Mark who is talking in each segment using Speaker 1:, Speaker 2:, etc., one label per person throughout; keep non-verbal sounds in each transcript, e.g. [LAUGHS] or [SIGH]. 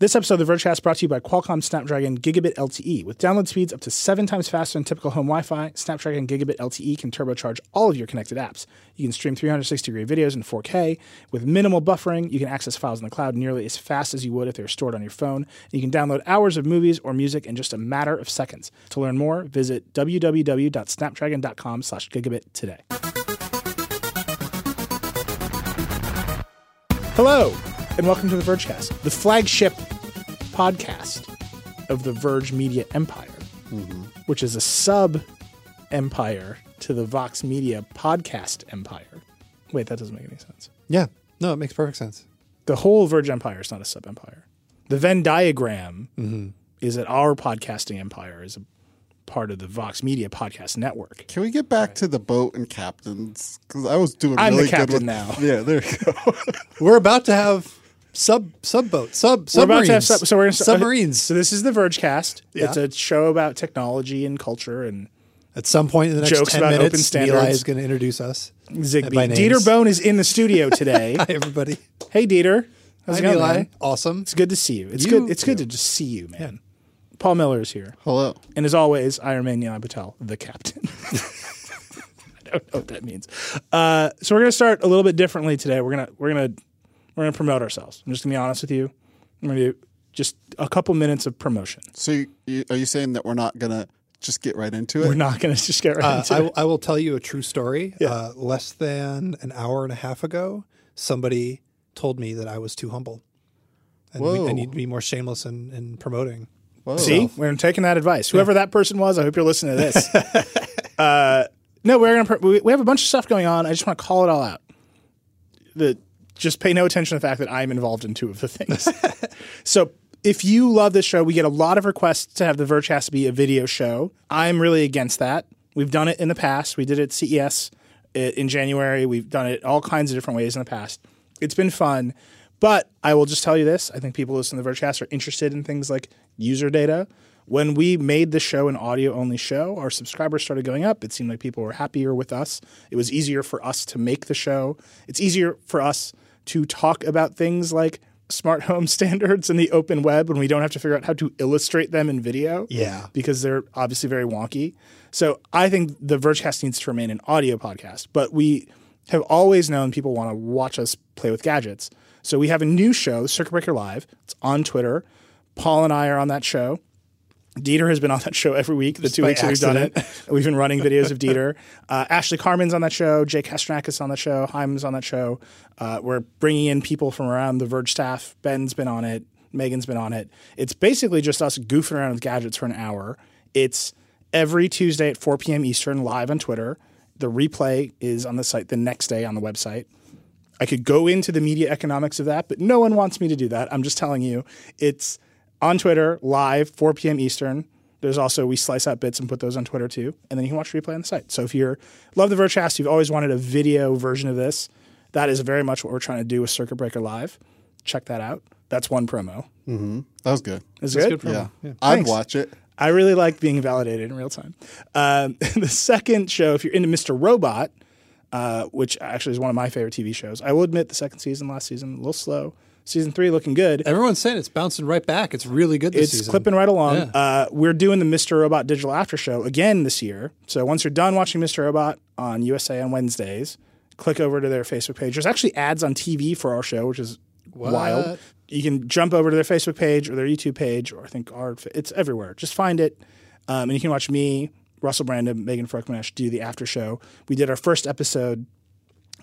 Speaker 1: This episode of the Vergecast brought to you by Qualcomm Snapdragon Gigabit LTE. With download speeds up to seven times faster than typical home Wi Fi, Snapdragon Gigabit LTE can turbocharge all of your connected apps. You can stream 360 degree videos in 4K. With minimal buffering, you can access files in the cloud nearly as fast as you would if they were stored on your phone. And you can download hours of movies or music in just a matter of seconds. To learn more, visit www.snapdragon.com slash gigabit today. Hello, and welcome to the Vergecast, the flagship podcast of the Verge Media Empire,
Speaker 2: Mm-hmm.
Speaker 1: which is a sub empire to the Vox Media podcast empire. Wait, that doesn't make any sense.
Speaker 2: Yeah. No, it makes perfect sense.
Speaker 1: The whole Verge Empire is not a sub empire. The Venn diagram
Speaker 2: Mm-hmm.
Speaker 1: is that our podcasting empire is a part of the Vox Media podcast network.
Speaker 3: Can we get back to the boat and captains? Because I was doing
Speaker 1: I'm the
Speaker 3: really
Speaker 1: captain
Speaker 3: good with,
Speaker 1: now.
Speaker 3: [LAUGHS] Yeah, there you
Speaker 1: [LAUGHS]
Speaker 3: go.
Speaker 2: We're about to have sub sub boat sub
Speaker 1: We're
Speaker 2: submarines.
Speaker 1: about to have sub- so we're gonna start-
Speaker 2: submarines
Speaker 1: So this is the Vergecast.
Speaker 2: Yeah.
Speaker 1: It's a show about technology and culture and
Speaker 2: at some point in the next
Speaker 1: Jokes
Speaker 2: ten
Speaker 1: about open
Speaker 2: minutes. Eli
Speaker 1: standards.
Speaker 2: is going to
Speaker 1: [LAUGHS]
Speaker 2: introduce us. by
Speaker 1: Zigbee.
Speaker 2: names.
Speaker 1: Dieter Bone is in the studio today.
Speaker 2: [LAUGHS] Hi everybody.
Speaker 1: hey, Dieter. How's
Speaker 2: Hi
Speaker 1: it going,
Speaker 2: Eli.
Speaker 1: man?
Speaker 2: Awesome.
Speaker 1: It's good to see you. It's
Speaker 2: You-
Speaker 1: good. It's good to just see you, man. Paul Miller is here,
Speaker 3: Hello.
Speaker 1: and as always, Iron Man Neon Patel, the
Speaker 2: [LAUGHS]
Speaker 1: captain. [LAUGHS] I don't know what that means. Uh, so we're gonna start a little bit differently today. We're gonna we're gonna we're gonna promote ourselves. I'm just gonna be honest with you. I'm gonna do just a couple minutes of promotion.
Speaker 3: So, you, you, are you saying that we're not gonna just get right into it?
Speaker 1: We're not gonna [LAUGHS] just get right
Speaker 2: Uh,
Speaker 1: into
Speaker 2: I,
Speaker 1: it.
Speaker 2: will- I will tell you a true story. Uh, less than an hour and a half ago, somebody told me that I was too humble, and we, I
Speaker 3: Whoa.
Speaker 2: need to be more shameless in, in promoting.
Speaker 3: Whoa.
Speaker 1: See, we're taking that advice. Whoever that person was, I hope you're listening to [LAUGHS] this. uh, no, we're gonna. Pr- we, we have a bunch of stuff going on. I just want to call it all out. The just pay no attention to the fact that I'm involved in two of the things. so if you love this show, we get a lot of requests to have the Verchast be a video show. I'm really against that. We've done it in the past. We did it at CES i- uh, in January. We've done it all kinds of different ways in the past. It's been fun. But I will just tell you this. I think people listening to the Verchast are interested in things like user data. When we made the show an audio only show, our subscribers started going up. It seemed like people were happier with us. It was easier for us to make the show. It's easier for us to talk about things like smart home [LAUGHS] standards and the open web when we don't have to figure out how to illustrate them in video.
Speaker 2: Yeah.
Speaker 1: Because they're obviously very wonky. So I think the Vergecast needs to remain an audio podcast, but we have always known people want to watch us play with gadgets. So we have a new show, Circuit Breaker Live. It's on Twitter. Paul and I are on that show. Dieter has been on that show every week. The two
Speaker 2: by
Speaker 1: weeks that we've done it, we've been running videos of Dieter. Uh, Ashley Carmen's on that show. Jake Kastranakis is on that show. Haim's on that show. Uh, we're bringing in people from around the Verge staff. Ben's been on it. Megan's been on it. It's basically just us goofing around with gadgets for an hour. It's every Tuesday at 4 p.m. Eastern, live on Twitter. The replay is on the site the next day on the website. I could go into the media economics of that, but no one wants me to do that. I'm just telling you, it's on Twitter live 4 p.m. Eastern. There's also we slice out bits and put those on Twitter too, and then you can watch replay on the site. So if you're love the Verchast, you've always wanted a video version of this. That is very much what we're trying to do with Circuit Breaker Live. Check that out. That's one promo.
Speaker 3: That was good.
Speaker 1: Is it good?
Speaker 2: for
Speaker 3: Yeah.
Speaker 2: Yeah.
Speaker 3: I'd
Speaker 1: Thanks.
Speaker 3: watch it.
Speaker 1: I really like being validated in real time. Um, [LAUGHS] the second show, if you're into Mr. Robot, uh, which actually is one of my favorite TV shows, I will admit the second season last season a little slow. Season three looking good.
Speaker 2: Everyone's saying it's bouncing right back. It's really good this
Speaker 1: It's
Speaker 2: season.
Speaker 1: clipping right along.
Speaker 2: Yeah.
Speaker 1: Uh, we're doing the Mr. Robot Digital After Show again this year. So once you're done watching Mr. Robot on USA on Wednesdays, click over to their Facebook page. There's actually ads on TV for our show, which is wild.
Speaker 2: What?
Speaker 1: You can jump over to their Facebook page or their YouTube page, or I think our it's everywhere. Just find it, um, and you can watch me, Russell Brandon, Megan Fruckmash do the after show. We did our first episode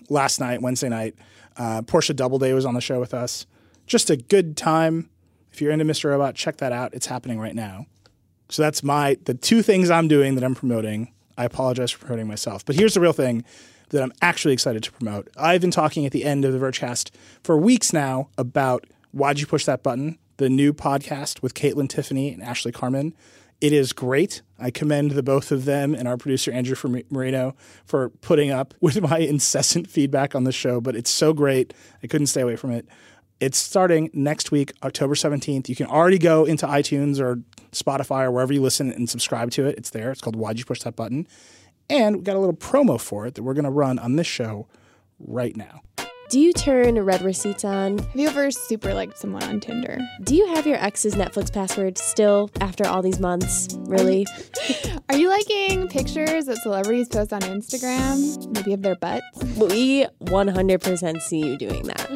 Speaker 1: last night, Wednesday night. Uh, Portia Doubleday was on the show with us. Just a good time. If you're into Mr. Robot, check that out. It's happening right now. So that's my the two things I'm doing that I'm promoting. I apologize for promoting myself, but here's the real thing that I'm actually excited to promote. I've been talking at the end of the Vergecast for weeks now about why'd you push that button, the new podcast with Caitlin Tiffany and Ashley Carmen. It is great. I commend the both of them and our producer Andrew Fer- Marino for putting up with [LAUGHS] my incessant feedback on the show, but it's so great. I couldn't stay away from it. It's starting next week, October 17th. You can already go into iTunes or Spotify or wherever you listen and subscribe to it. It's there. It's called Why'd You Push That Button? And we got a little promo for it that we're going to run on this show right now.
Speaker 4: Do you turn red receipts on?
Speaker 5: Have you ever super liked someone on Tinder?
Speaker 4: Do you have your ex's Netflix password still after all these months? Really?
Speaker 5: Are you liking pictures that celebrities post on Instagram? Maybe of their butts?
Speaker 4: we 100% see you doing that.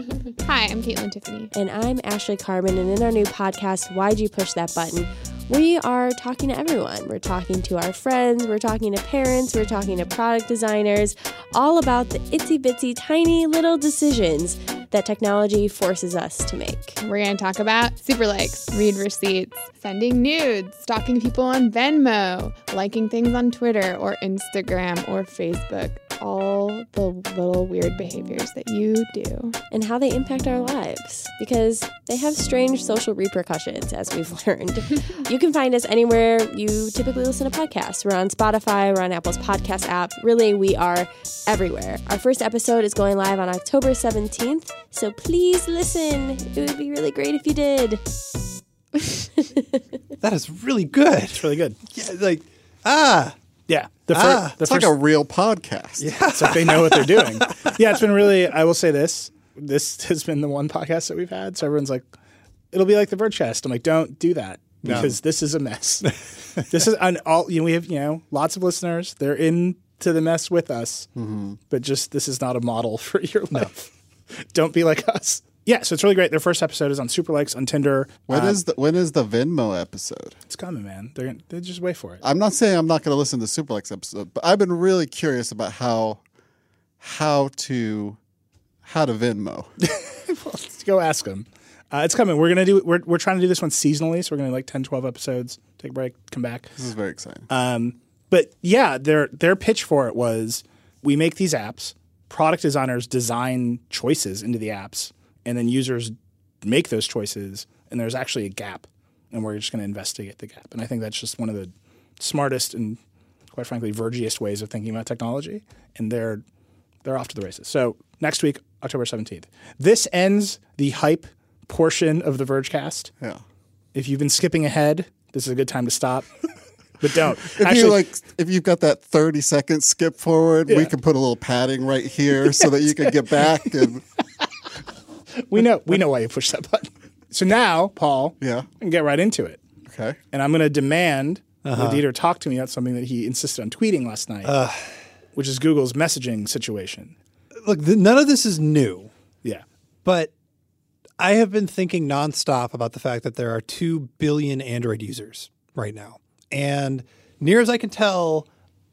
Speaker 5: Hi, I'm Caitlin Tiffany.
Speaker 4: And I'm Ashley Carmen, and in our new podcast, Why'd You Push That Button? We are talking to everyone. We're talking to our friends, we're talking to parents, we're talking to product designers, all about the itsy bitsy tiny little decisions that technology forces us to make.
Speaker 5: We're going to talk about super likes, read receipts, sending nudes, stalking people on Venmo, liking things on Twitter or Instagram or Facebook, all the little weird behaviors that you do.
Speaker 4: and how they impact our lives because they have strange social repercussions, as we've [LAUGHS] learned. you can find us anywhere you typically listen to podcasts. We're on Spotify, we're on Apple's podcast app. Really, we are everywhere. Our first episode is going live on October 17th, so please listen. It would be really great if you did.
Speaker 2: That is really good.
Speaker 1: It's really good.
Speaker 2: [LAUGHS] Yeah, like ah,
Speaker 1: Yeah. The, fir-
Speaker 2: Ah,
Speaker 1: the
Speaker 3: It's like a real podcast.
Speaker 1: it's like they know what they're doing. Yeah, it's been really. I will say this: this has been the one podcast that we've had. So everyone's like, "It'll be like the Birdcast." I'm like, "Don't do that because this is a mess. this is and all. You know, we have you know lots of listeners. They're into the mess with us, but just this is not a model [LAUGHS] for your life. Don't be like us. Yeah, so it's really great. Their first episode is on Super Likes on Tinder.
Speaker 3: When is the when is the Venmo episode?
Speaker 1: It's coming, man. They're gonna, they just wait for it.
Speaker 3: I'm not saying I'm not going to listen to the Superlex episode, but I've been really curious about how how to how to Venmo.
Speaker 1: Let's go ask them. Uh, it's coming. We're gonna do. We're we're trying to do this one seasonally, so we're gonna do like 10, 12 episodes. Take a break, come back.
Speaker 3: This is very exciting.
Speaker 1: Um, but yeah, their their pitch for it was we make these apps, product designers design choices into the apps, and then users make those choices, and there's actually a gap, and we're just going to investigate the gap. And I think that's just one of the smartest and quite frankly vergiest ways of thinking about technology, and they're they're off to the races. So next week, October 17th. This ends the hype portion of the Vergecast
Speaker 3: yeah.
Speaker 1: if you've been skipping ahead, this is a good time to
Speaker 3: [LAUGHS]
Speaker 1: stop. But don't.
Speaker 3: If you like, if you've got that thirty second skip forward, we
Speaker 1: Yeah.
Speaker 3: can put a little padding
Speaker 1: [LAUGHS]
Speaker 3: right here so that you can get back. And
Speaker 1: we know we know why you pushed that button. So now, Paul,
Speaker 3: Yeah.
Speaker 1: we can get right into it.
Speaker 3: okay,
Speaker 1: And I'm going to demand
Speaker 2: Uh-huh.
Speaker 1: that Dieter talk to me about something that he insisted on tweeting last night, which is Google's messaging situation.
Speaker 2: look, th- none of this is new,
Speaker 1: Yeah,
Speaker 2: but I have been thinking nonstop about the fact that there are two billion Android users right now, and near as I can tell,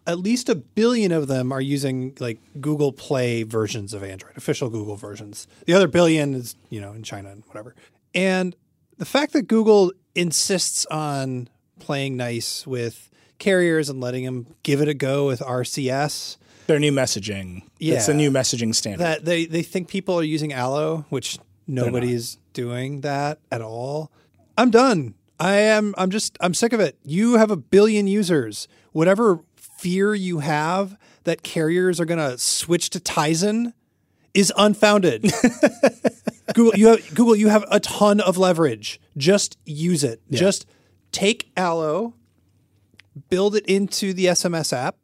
Speaker 2: at least a billion of them are using like Google Play versions of Android, official Google versions. The other billion is you know in China and whatever. And the fact that Google insists on playing nice with carriers and letting them give it a go with RCS.
Speaker 1: their new messaging. it's a
Speaker 2: Yeah.
Speaker 1: new messaging standard.
Speaker 2: that they they think people are using aloe, which nobody's doing that at all. I'm done. I am I'm just I'm sick of it. You have a billion users. Whatever fear you have that carriers are going to switch to Tizen is unfounded. Google you have Google you have a ton of leverage. Just use it. Just take aloe build it into the SMS app,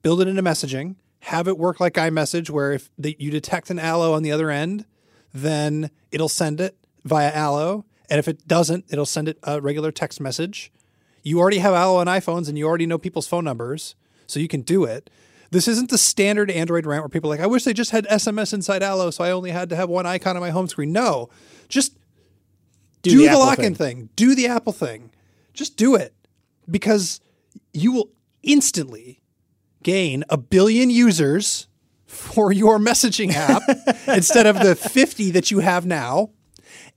Speaker 2: build it into messaging, have it work like iMessage, where if the, you detect an allo on the other end, then it'll send it via allo. And if it doesn't, it'll send it a regular text message. You already have allo on iPhones and you already know people's phone numbers, so you can do it. This isn't the standard Android rant where people are like, I wish they just had SMS inside Allo, so I only had to have one icon on my home screen. No, just do,
Speaker 1: the
Speaker 2: the,
Speaker 1: Apple
Speaker 2: lock-in thing. Do the Apple thing. Just do it because you will instantly gain a billion users for your messaging app instead of the 50 that you have now.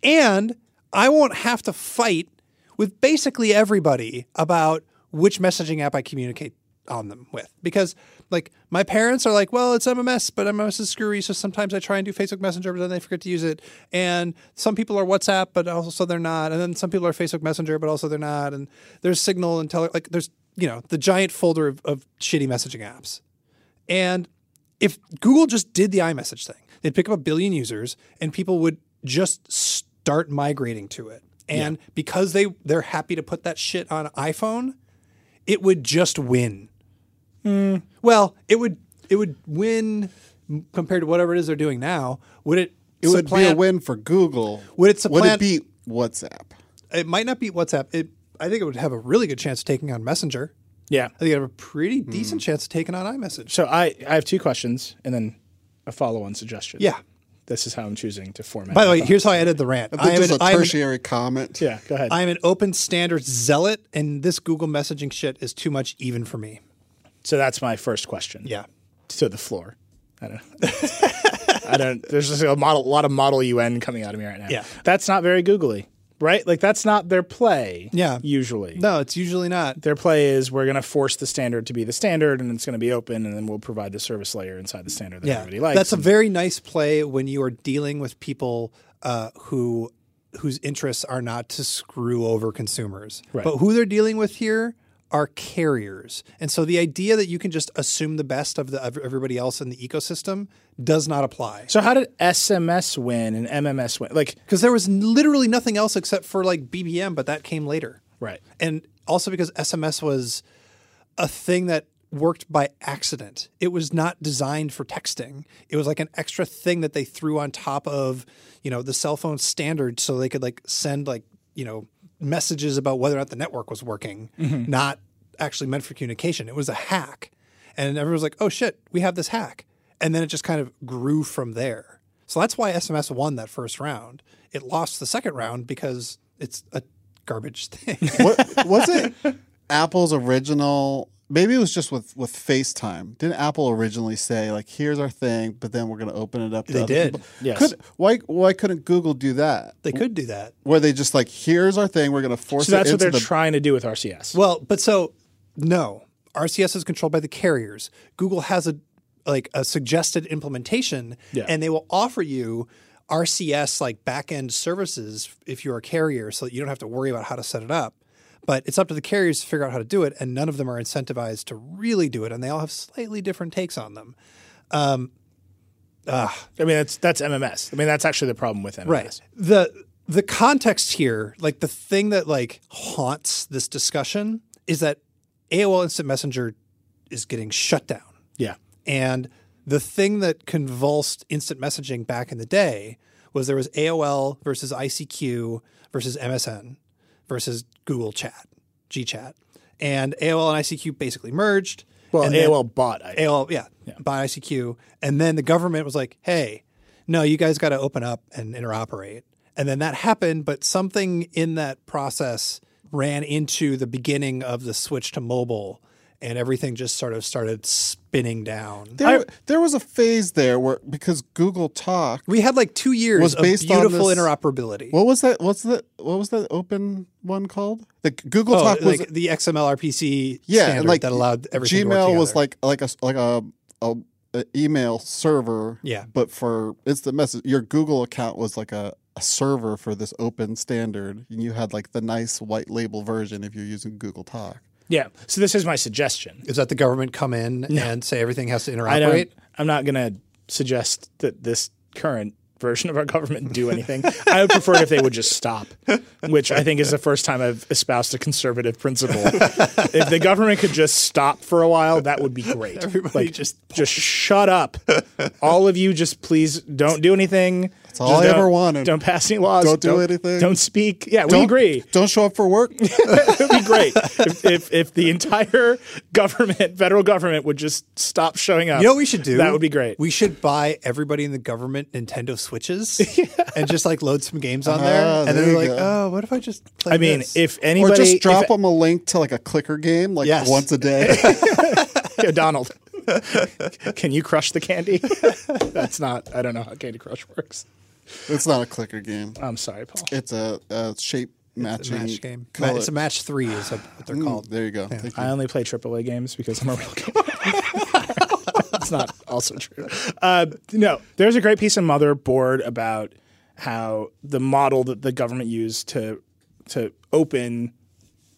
Speaker 2: And I won't have to fight with basically everybody about which messaging app I communicate on them with. Because like my parents are like, well, it's MMS, but MMS is screwy. So sometimes I try and do Facebook Messenger, but then they forget to use it. And some people are WhatsApp, but also they're not. And then some people are Facebook Messenger, but also they're not. And there's Signal and Tele like there's, you know, the giant folder of, of shitty messaging apps. And if Google just did the iMessage thing, they'd pick up a billion users and people would just start migrating to it. And because they they're happy to put that shit on iPhone,
Speaker 3: Hmm.
Speaker 2: it would just win. Well, it would it would win m- compared to whatever it is they're doing now, would it?
Speaker 3: It would be a
Speaker 2: supplant-
Speaker 3: win for Google.
Speaker 2: Would it supplant-
Speaker 3: Would it beat WhatsApp?
Speaker 2: It might not beat WhatsApp. It, I think it would have a really good chance of taking on Messenger.
Speaker 1: Yeah.
Speaker 2: I think it would have a pretty decent
Speaker 3: Hmm.
Speaker 2: chance of taking on iMessage.
Speaker 1: So I, I have two questions and then a follow on suggestion.
Speaker 2: Yeah.
Speaker 1: This is how I'm choosing to format.
Speaker 2: By the
Speaker 1: my
Speaker 2: way,
Speaker 1: thought.
Speaker 2: here's how I ended the rant. I am
Speaker 3: Just
Speaker 2: an,
Speaker 3: a
Speaker 2: I am an
Speaker 3: tertiary comment.
Speaker 1: yeah, go ahead.
Speaker 2: I'm an open standards zealot, and this Google messaging shit is too much even for me.
Speaker 1: so that's my first question.
Speaker 2: Yeah.
Speaker 1: To the floor. I don't. [LAUGHS] I don't. There's just a model, a lot of model UN coming out of me right now.
Speaker 2: Yeah.
Speaker 1: That's not very googly, right? Like that's not their play.
Speaker 2: Yeah.
Speaker 1: Usually.
Speaker 2: No, it's usually not.
Speaker 1: Their play is we're going to force the standard to be the standard, and it's going to be open, and then we'll provide the service layer inside the standard that everybody likes.
Speaker 2: That's a
Speaker 1: and-
Speaker 2: very nice play when you are dealing with people uh, who whose interests are not to screw over consumers.
Speaker 1: Right.
Speaker 2: But who they're dealing with here are carriers. And so the idea that you can just assume the best of the of everybody else in the ecosystem does not apply.
Speaker 1: so. How did SMS win and MMS win? Like,
Speaker 2: Because there was literally nothing else except for like BBM, but that came later.
Speaker 1: right?
Speaker 2: and also because SMS was a thing that worked by accident. It was not designed for texting. It was like an extra thing that they threw on top of, you know, the cell phone standard so they could like send like, you know, messages about whether or not the network was working, not actually meant for communication. It was a hack. And everyone was like, "Oh shit, we have this hack." And then it just kind of grew from there. So that's why SMS won that first round. It lost the second round because it's a garbage [LAUGHS] thing.
Speaker 3: what,
Speaker 2: [LAUGHS]
Speaker 3: was it Apple's original? Maybe it was just with with FaceTime. Didn't Apple originally say like, "Here's our thing," but then we're going to open it up? To
Speaker 2: They
Speaker 3: other
Speaker 2: did.
Speaker 3: people?
Speaker 1: Yes.
Speaker 3: Could, why why couldn't Google do that?
Speaker 2: They could do that.
Speaker 3: Where they just like, "Here's our thing. We're going to force."
Speaker 1: So that's
Speaker 3: it
Speaker 1: what they're
Speaker 3: into the,
Speaker 1: trying to do with RCS.
Speaker 2: Well, but so no, RCS is controlled by the carriers. Google has a like a suggested implementation,
Speaker 1: Yeah.
Speaker 2: and they will offer you RCS like backend services if you're a carrier, so that you don't have to worry about how to set it up. But it's up to the carriers to figure out how to do it, and none of them are incentivized to really do it, and they all have slightly different takes on them.
Speaker 1: I mean, that's that's MMS. I mean, that's actually the problem with MMS.
Speaker 2: The the context here, like the thing that like haunts this discussion is that AOL Instant Messenger is getting shut down.
Speaker 1: Yeah.
Speaker 2: And the thing that convulsed instant messaging back in the day was there was AOL versus ICQ versus MSN versus Google Chat, GChat. And AOL and ICQ basically merged.
Speaker 1: Well,
Speaker 2: and then-
Speaker 1: AOL bought. I,
Speaker 2: AOL, yeah, by ICQ. And then the government was like, hey, no, you guys got to open up and interoperate. And then that happened, but something in that process ran into the beginning of the switch to mobile and everything just sort of started spinning down.
Speaker 3: There, there was a phase there where because Google Talk.
Speaker 2: We had like two years
Speaker 3: Was
Speaker 2: of
Speaker 3: based on
Speaker 2: beautiful
Speaker 3: this-
Speaker 2: interoperability.
Speaker 3: What was that? What's that? What was that open one called? The Google
Speaker 2: Oh,
Speaker 3: Talk was
Speaker 2: like the XML RPC
Speaker 3: yeah,
Speaker 2: standard
Speaker 3: and like
Speaker 2: that allowed everything. to work
Speaker 3: Gmail was
Speaker 2: together.
Speaker 3: like like a like a, a, a email server.
Speaker 2: Yeah.
Speaker 3: but for instant message, your Google account was like a, a server for this open standard, and you had like the nice white label version if you're using Google Talk.
Speaker 1: yeah. So this is my suggestion.
Speaker 2: is that the government come in and say everything has to
Speaker 1: I
Speaker 2: interoperate?
Speaker 1: don't. I'm not going to suggest that this current version of our government do anything. I would prefer it if they would just stop, which I think is the first time I've espoused a conservative principle. if the government could just stop for a while, that would be great.
Speaker 2: Everybody just-
Speaker 1: just shut up. All of you just please don't do anything. That's
Speaker 3: all I ever wanted.
Speaker 1: Don't pass any laws.
Speaker 3: Don't do anything.
Speaker 1: Don't speak. Yeah, we
Speaker 3: Don't-
Speaker 1: agree.
Speaker 3: Don't show up
Speaker 2: [LAUGHS]
Speaker 3: for work.
Speaker 1: [LAUGHS] it would be great if, if, if the entire government, federal government, would just stop showing up.
Speaker 2: You know what we should do?
Speaker 1: That would be great.
Speaker 2: We should buy everybody in the government Nintendo Switches
Speaker 1: [LAUGHS]
Speaker 2: and just like load some games on there.
Speaker 3: Ah,
Speaker 2: and then
Speaker 3: there
Speaker 2: they're
Speaker 3: you
Speaker 2: like,
Speaker 3: go.
Speaker 2: oh, what if I just play
Speaker 1: I mean,
Speaker 2: this?
Speaker 1: if
Speaker 3: or
Speaker 1: anybody,
Speaker 3: just drop
Speaker 1: if,
Speaker 3: them a link to like a clicker game, like
Speaker 2: Yes.
Speaker 3: once
Speaker 2: [LAUGHS]
Speaker 3: a day. [LAUGHS]
Speaker 1: Yeah, Donald, [LAUGHS] can you crush the candy? [LAUGHS] That's not. I don't know how Candy Crush works.
Speaker 3: it's not a clicker game.
Speaker 1: I'm sorry, Paul.
Speaker 3: It's a, a shape
Speaker 2: It's
Speaker 3: matching
Speaker 2: a match game. Ma-
Speaker 3: color.
Speaker 2: It's a match three is what what they're
Speaker 3: Mm,
Speaker 2: called.
Speaker 3: There you go. Thank you.
Speaker 1: I only play AAA games because I'm a real
Speaker 2: [LAUGHS]
Speaker 1: gamer. That's not also true. Uh, no, there's a great piece in Motherboard about how the model that the government used to to open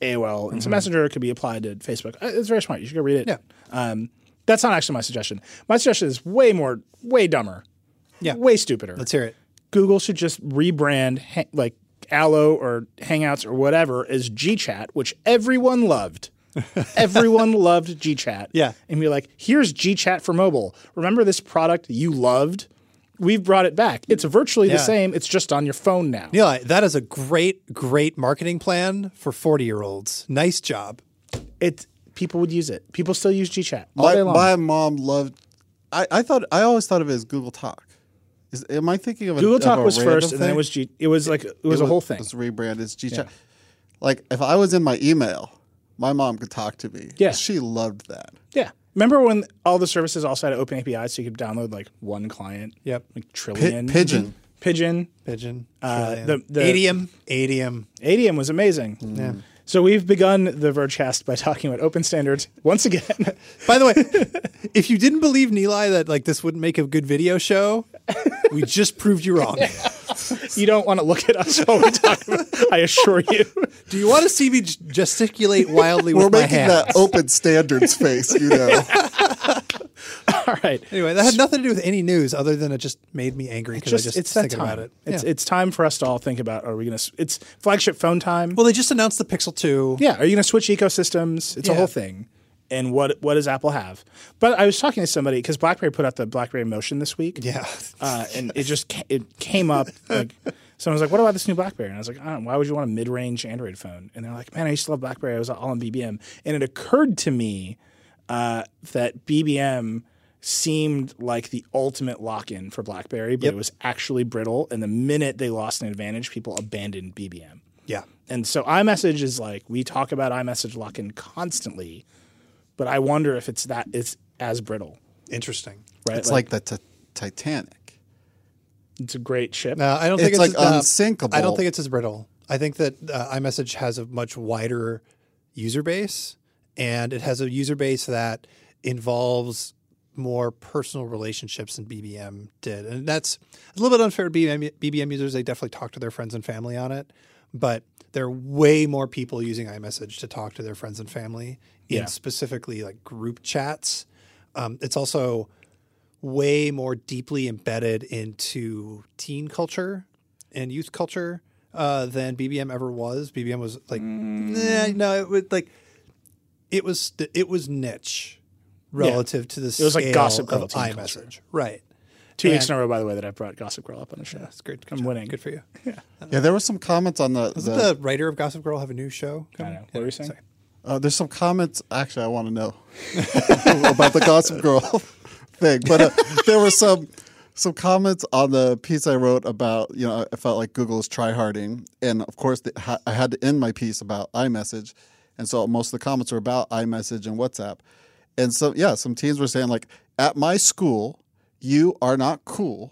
Speaker 1: AOL and some Messenger could be applied to Facebook. Uh, It's very smart. You should go read it.
Speaker 2: Mm-hmm. Yeah.
Speaker 1: Um, that's not actually my suggestion. My suggestion is way more, way dumber.
Speaker 2: Yeah.
Speaker 1: Way stupider.
Speaker 2: Let's hear it.
Speaker 1: Google should just rebrand
Speaker 3: [LAUGHS]
Speaker 1: ha- like Allo or Hangouts or whatever as GChat, which everyone loved. Everyone loved GChat.
Speaker 2: Yeah.
Speaker 1: And be like, here's GChat for mobile. Remember this product you loved? We've brought it back. It's virtually the
Speaker 2: Yeah.
Speaker 1: same. It's just on your phone now.
Speaker 2: Neil, that is a great, great marketing plan for 40 year olds. Nice job.
Speaker 1: It people would use it. People still use GChat all
Speaker 3: my,
Speaker 1: day long.
Speaker 3: my mom loved. I, I thought I always thought of it as Google Talk. Is, am I thinking of a,
Speaker 1: Google
Speaker 3: of
Speaker 1: Talk
Speaker 3: a
Speaker 1: was
Speaker 3: random
Speaker 1: first, and then it
Speaker 3: thing?
Speaker 1: was G. It was like it was a whole thing.
Speaker 3: It's rebranded as GChat. Like if I was in my email, my mom could talk to me.
Speaker 1: Yeah.
Speaker 3: she loved that.
Speaker 1: Yeah. Remember when all the services also had open APIs, so you could download like one client?
Speaker 2: Yep.
Speaker 1: Like trillion.
Speaker 3: Pigeon.
Speaker 1: Pigeon.
Speaker 2: Pigeon.
Speaker 1: Uh,
Speaker 2: Trillion.
Speaker 1: the- the-
Speaker 2: Adium. Adium.
Speaker 1: Adium was amazing.
Speaker 2: Mm.
Speaker 1: Yeah. So we've begun the Vergecast by talking about open standards once again. [LAUGHS]
Speaker 2: By the way, [LAUGHS] if you didn't believe Neli that like this wouldn't make a good video show, we just proved you
Speaker 1: [LAUGHS]
Speaker 2: wrong.
Speaker 1: you don't want to look at us while we talk about I assure you. [LAUGHS]
Speaker 2: Do you want to see me j- gesticulate wildly
Speaker 3: [LAUGHS] We're
Speaker 2: with my
Speaker 3: making
Speaker 2: hands?
Speaker 3: that open standards face, you know.
Speaker 1: [LAUGHS] All right.
Speaker 2: Anyway, that had nothing to do with any news other than it just made me angry because I just
Speaker 1: it's that
Speaker 2: thinking
Speaker 1: time.
Speaker 2: about it.
Speaker 1: It's
Speaker 2: Yeah.
Speaker 1: it's time for us to all think about are we going to it's flagship phone time.
Speaker 2: well, they just announced the Pixel 2.
Speaker 1: Yeah, are you going to switch ecosystems? It's a
Speaker 2: Yeah.
Speaker 1: whole thing. And what what does Apple have? But I was talking to somebody because BlackBerry put out the BlackBerry Motion this week.
Speaker 2: Yeah.
Speaker 1: uh, and it just ca- it came up. Like, someone was like, "What about this new BlackBerry?" And I was like, I don't, "Why would you want a mid-range Android phone?" And they're like, "Man, I used to love BlackBerry. I was all on BBM." And it occurred to me uh, that BBM seemed like the ultimate lock-in for BlackBerry, but it was actually brittle. And the minute they lost an advantage, people abandoned BBM.
Speaker 2: Yeah.
Speaker 1: And so iMessage is like we talk about iMessage lock-in constantly, but I wonder if it's that it's as brittle,
Speaker 2: Interesting.
Speaker 1: right?
Speaker 3: It's like, the t- Titanic.
Speaker 1: it's a great ship.
Speaker 2: No, I don't think
Speaker 3: It's,
Speaker 2: it's
Speaker 3: like,
Speaker 2: as- uh,
Speaker 3: unsinkable.
Speaker 2: I don't think it's as brittle. I think that uh, iMessage has a much wider user base, and it has a user base that involves more personal relationships than BBM did, and that's a little bit unfair to BBM, BBM users. They definitely talk to their friends and family on it, but there are way more people using iMessage to talk to their friends and family in
Speaker 1: Yeah.
Speaker 2: specifically like group chats. Um, it's also way more deeply embedded into teen culture and youth culture uh, than BBM ever was. BBM was like,
Speaker 1: Mm.
Speaker 2: nah, no, it was like, it was it was niche relative to the
Speaker 1: It was like Gossip Girl
Speaker 2: of
Speaker 1: teen
Speaker 2: iMessage,
Speaker 1: culture.
Speaker 2: right?
Speaker 1: Two
Speaker 2: And-
Speaker 1: weeks in a row, by the way, that I brought Gossip Girl up on the show.
Speaker 2: That's great.
Speaker 1: I'm
Speaker 2: job.
Speaker 1: winning.
Speaker 2: Good for you.
Speaker 3: Yeah, there were some comments on the.
Speaker 2: Doesn't
Speaker 3: the-
Speaker 2: the writer of Gossip Girl have a new show?
Speaker 1: I
Speaker 2: coming?
Speaker 1: know. What were you saying?
Speaker 2: sorry.
Speaker 3: uh, there's some comments. Actually, I want to know [LAUGHS] about the Gossip Girl [LAUGHS] thing, but uh, there were some some comments on the piece I wrote about. You know, I felt like Google is tryharding, and of course, the, ha- I had to end my piece about iMessage, and so most of the comments were about iMessage and WhatsApp, and so yeah, some teens were saying like, at my school, you are not cool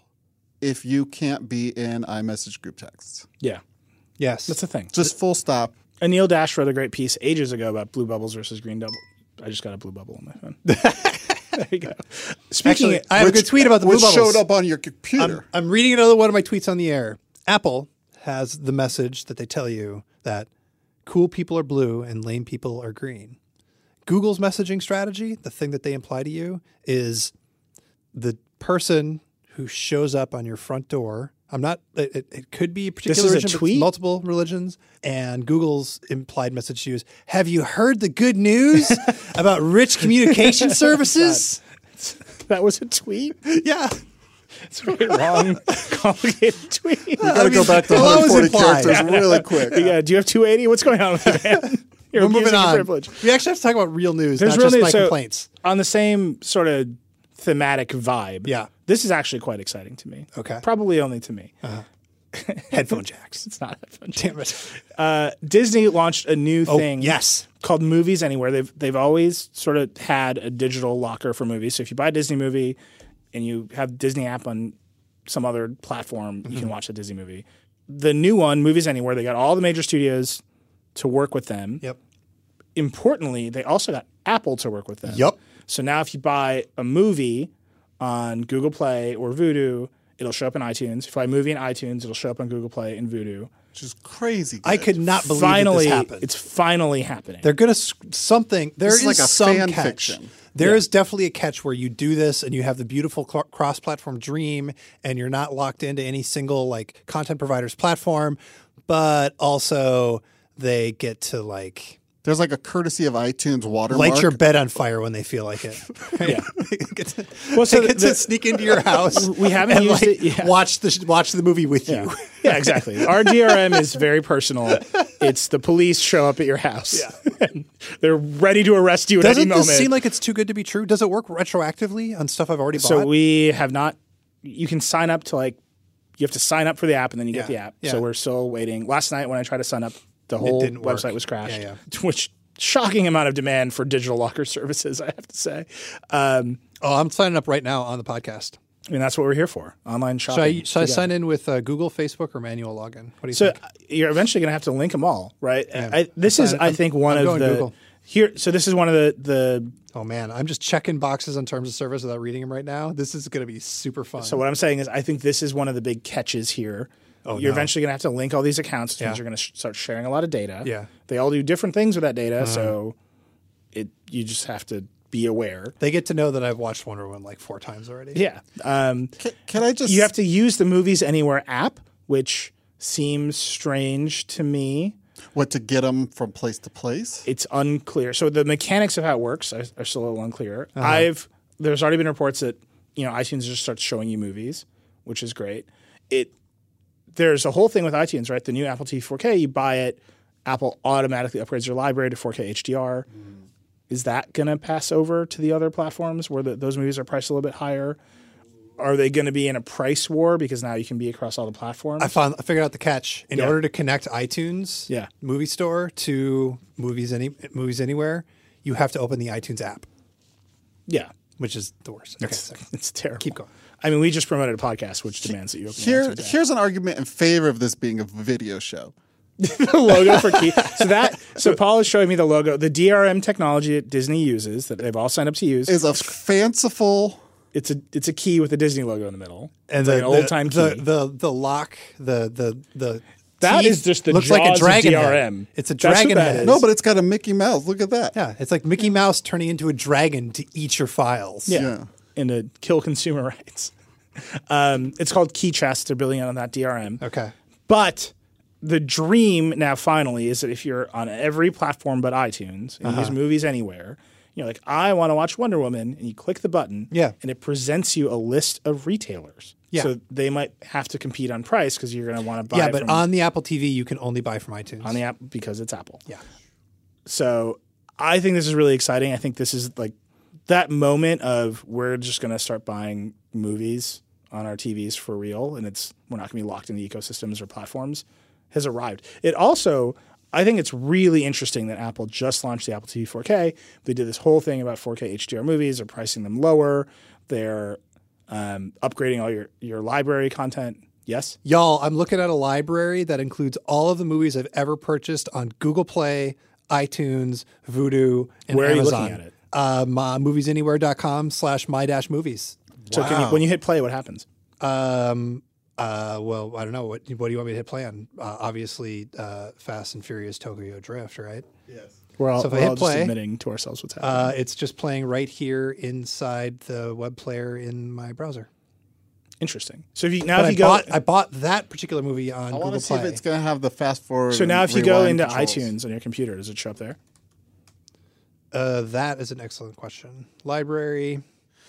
Speaker 3: if you can't be in iMessage group texts.
Speaker 1: Yeah,
Speaker 2: Yes.
Speaker 1: that's the thing.
Speaker 3: Just full stop.
Speaker 1: Anil Dash wrote a great piece ages ago about blue bubbles versus green double. I just got a blue bubble on my
Speaker 2: [LAUGHS]
Speaker 1: phone. there you go. Speaking,
Speaker 2: Actually, I have a good tweet about the blue
Speaker 3: Which
Speaker 2: bubbles.
Speaker 3: showed up on your computer.
Speaker 2: I'm, I'm reading another one of my tweets on the air. Apple has the message that they tell you that cool people are blue and lame people are green. Google's messaging strategy, the thing that they imply to you, is the person who shows up on your front door. I'm not. It, it- it could be a particular
Speaker 1: is a
Speaker 2: religion, but it's
Speaker 1: tweet?
Speaker 2: multiple religions. And Google's implied message to you is, "Have you heard the
Speaker 1: [LAUGHS]
Speaker 2: good news about rich communication services?"
Speaker 1: [LAUGHS] that was a tweet.
Speaker 2: yeah.
Speaker 1: It's a very long, [LAUGHS] complicated tweet. [LAUGHS]
Speaker 3: We gotta go back to
Speaker 2: well, that was
Speaker 3: 140
Speaker 2: implied.
Speaker 3: characters really quick.
Speaker 1: yeah, do you have 280? What's going on with you,
Speaker 2: [LAUGHS]
Speaker 1: man? You're
Speaker 2: We're moving
Speaker 1: abusing your
Speaker 2: on.
Speaker 1: privilege.
Speaker 2: We actually have to talk about real news,
Speaker 1: There's real
Speaker 2: not just
Speaker 1: news.
Speaker 2: my
Speaker 1: So,
Speaker 2: complaints.
Speaker 1: On the same sort of thematic vibe.
Speaker 2: Yeah.
Speaker 1: This is actually quite exciting to me.
Speaker 2: Okay. Uh-huh.
Speaker 1: Probably only to me. [LAUGHS]
Speaker 2: Headphone jacks.
Speaker 1: It's not that fun.
Speaker 2: [LAUGHS] Damn it. Oh,
Speaker 1: uh, Disney launched a new thing.
Speaker 2: yes.
Speaker 1: called Movies Anywhere. They've they've always sort of had a digital locker for movies. So if you buy a Disney movie and you have Disney app on some other platform,
Speaker 2: Mm-hmm.
Speaker 1: you can watch a Disney movie. The new one, Movies Anywhere, they got all the major studios to work with them.
Speaker 2: Yep.
Speaker 1: Importantly, they also got Apple to work with them.
Speaker 2: Yep.
Speaker 1: So now if you buy a movie on Google Play or Vudu, it'll show up in iTunes. If you buy a movie in iTunes, it'll show up on Google Play and Vudu.
Speaker 3: Which is crazy.
Speaker 2: I
Speaker 3: good.
Speaker 2: could not believe
Speaker 1: finally,
Speaker 2: that this happened.
Speaker 1: it's finally happening.
Speaker 2: They're going to something. There
Speaker 3: This
Speaker 2: is
Speaker 3: is like a
Speaker 2: some
Speaker 3: fan
Speaker 2: catch.
Speaker 3: fiction.
Speaker 2: There is definitely a catch where you do this and you have the beautiful cl- cross-platform dream, and you're not locked into any single like content provider's platform, but also they get to like
Speaker 3: There's like a courtesy of iTunes watermark.
Speaker 2: Light your bed on fire when they feel like it. [LAUGHS] Yeah, they get to,
Speaker 1: Well, so
Speaker 2: they get
Speaker 1: the-
Speaker 2: to sneak into [LAUGHS] your house.
Speaker 1: We haven't
Speaker 2: and,
Speaker 1: used
Speaker 2: like,
Speaker 1: it yet.
Speaker 2: Watch the sh- watch the movie with
Speaker 1: Yeah.
Speaker 2: you.
Speaker 1: [LAUGHS] yeah, exactly. Our DRM is very personal. It's the police show up at your house. And [LAUGHS] They're ready to arrest you at any
Speaker 2: Doesn't
Speaker 1: moment.
Speaker 2: this seem like it's too good to be true? Does it work retroactively on stuff I've already bought?
Speaker 1: so we have not. You can sign up to like. You have to sign up for the app, and then you get the
Speaker 2: Yeah.
Speaker 1: app.
Speaker 2: Yeah.
Speaker 1: So we're still waiting. Last night when I tried to sign up, the whole
Speaker 2: didn't work.
Speaker 1: website was crashed.
Speaker 2: Yeah,
Speaker 1: [LAUGHS] Which shocking amount of demand for digital locker [LAUGHS] services, I have to say. Um,
Speaker 2: oh, I'm signing up right now on the podcast.
Speaker 1: I mean, that's what we're here for: online shopping.
Speaker 2: Should I, should I sign in with uh, Google, Facebook, or manual login? What do you
Speaker 1: So
Speaker 2: think?
Speaker 1: uh, you're eventually going to have to link them all, right? I, this is, I think, one
Speaker 2: I'm
Speaker 1: of
Speaker 2: going
Speaker 1: the
Speaker 2: Google.
Speaker 1: here. So this is one of the the.
Speaker 2: Oh man, I'm just checking boxes on terms of service without reading them right now. This is going to be super fun.
Speaker 1: So what I'm saying is, I think this is one of the big catches here. Oh, you're eventually going to have to link all these accounts, which means
Speaker 2: Yeah.
Speaker 1: you're going to sh- start sharing a lot of data.
Speaker 2: Yeah. Uh-huh.
Speaker 1: they all do different things with that data, so it you just have to be aware.
Speaker 2: they get to know that I've watched Wonder Woman like four times already.
Speaker 1: Yeah, um,
Speaker 3: Can, can I just?
Speaker 1: you have to use the Movies Anywhere app, which seems strange to me.
Speaker 3: what to get them from place to place.
Speaker 1: it's unclear. So the mechanics of how it works are, are still a little unclear.
Speaker 2: Uh-huh.
Speaker 1: I've there's already been reports that you know iTunes just starts showing you movies, which is great. It there's a whole thing with iTunes, right? The new Apple TV 4K, you buy it, Apple automatically upgrades your library to 4K HDR.
Speaker 2: Mm.
Speaker 1: Is that going to pass over to the other platforms where the, those movies are priced a little bit higher? Are they going to be in a price war because now you can be across all the platforms?
Speaker 2: I found I figured out the catch. In
Speaker 1: Yeah.
Speaker 2: order to connect iTunes,
Speaker 1: Yeah.
Speaker 2: movie store to movies any movies anywhere, you have to open the iTunes app,
Speaker 1: yeah, [LAUGHS]
Speaker 2: which is the worst. Okay, sorry.
Speaker 1: it's terrible.
Speaker 2: Keep going.
Speaker 1: I mean, we just promoted a podcast, which demands that you open the
Speaker 3: Here,
Speaker 1: iTunes app.
Speaker 3: here's an argument in favor of this being a video show.
Speaker 1: the [LAUGHS] logo for Key. So that so Paul is showing me the logo, the DRM technology that Disney uses that they've all signed up to use.
Speaker 3: Is a fanciful.
Speaker 1: it's a it's a key with a Disney logo in the middle. it's like an
Speaker 2: the-
Speaker 1: old time key.
Speaker 2: the, the the lock the the the
Speaker 1: That
Speaker 2: teeth
Speaker 1: is just the
Speaker 2: looks like a
Speaker 1: jaws of
Speaker 2: dragon head.
Speaker 1: DRM.
Speaker 2: It's a
Speaker 1: That's what
Speaker 2: dragon
Speaker 1: that
Speaker 2: head.
Speaker 1: is.
Speaker 3: No, but it's got a Mickey Mouse. Look at that.
Speaker 2: yeah, it's like Mickey Mouse turning into a dragon to eat your files.
Speaker 1: yeah.
Speaker 3: yeah.
Speaker 1: And to kill consumer [LAUGHS] rights. Um, it's called Key Chest. They're building it on that DRM.
Speaker 2: Okay.
Speaker 1: But the dream now finally is that if you're on every platform but iTunes and you
Speaker 2: Uh-huh.
Speaker 1: use movies anywhere, you know, like I want to watch Wonder Woman, and you click the button,
Speaker 2: Yeah.
Speaker 1: and it presents you a list of retailers.
Speaker 2: Yeah.
Speaker 1: So they might have to compete on price because you're going to want to buy
Speaker 2: Yeah,
Speaker 1: it
Speaker 2: but
Speaker 1: from-
Speaker 2: on the Apple TV, you can only buy from iTunes.
Speaker 1: on the app because it's Apple.
Speaker 2: yeah.
Speaker 1: So I think this is really exciting. I think this is like that moment of we're just going to start buying movies on our TVs for real, and it's we're not going to be locked into ecosystems or platforms has arrived. It also, I think it's really interesting that Apple just launched the Apple TV 4K. They did this whole thing about 4K HDR movies. They're pricing them lower. They're um, upgrading all your your library content. Yes.
Speaker 2: Y'all, I'm looking at a library that includes all of the movies I've ever purchased on Google Play, iTunes, Vudu, and
Speaker 1: Where are you
Speaker 2: Amazon.
Speaker 1: looking at it?
Speaker 2: Uh, my, moviesanywhere.com slash my dash movies.
Speaker 1: So can you, when you hit play, what happens?
Speaker 2: Um, uh, well, I don't know. What, what do you want me to hit play on? Uh, obviously, uh, Fast and Furious Tokyo Drift, right?
Speaker 1: We're all,
Speaker 2: So if I
Speaker 1: we're
Speaker 2: hit
Speaker 1: all just
Speaker 2: play-
Speaker 1: admitting to ourselves what's happening.
Speaker 2: Uh, it's just playing right here inside the web player in my browser.
Speaker 1: Interesting. So if you now
Speaker 2: But
Speaker 1: if
Speaker 2: I,
Speaker 1: you go
Speaker 2: bought, I bought that particular movie on
Speaker 3: I want
Speaker 2: Google
Speaker 3: to see if
Speaker 2: Play.
Speaker 3: it's going to have the fast forward.
Speaker 1: so now
Speaker 3: and
Speaker 1: if you go
Speaker 3: rewind
Speaker 1: into
Speaker 3: controls.
Speaker 1: iTunes on your computer, does it show up there?
Speaker 2: Uh, that is an excellent question. Library.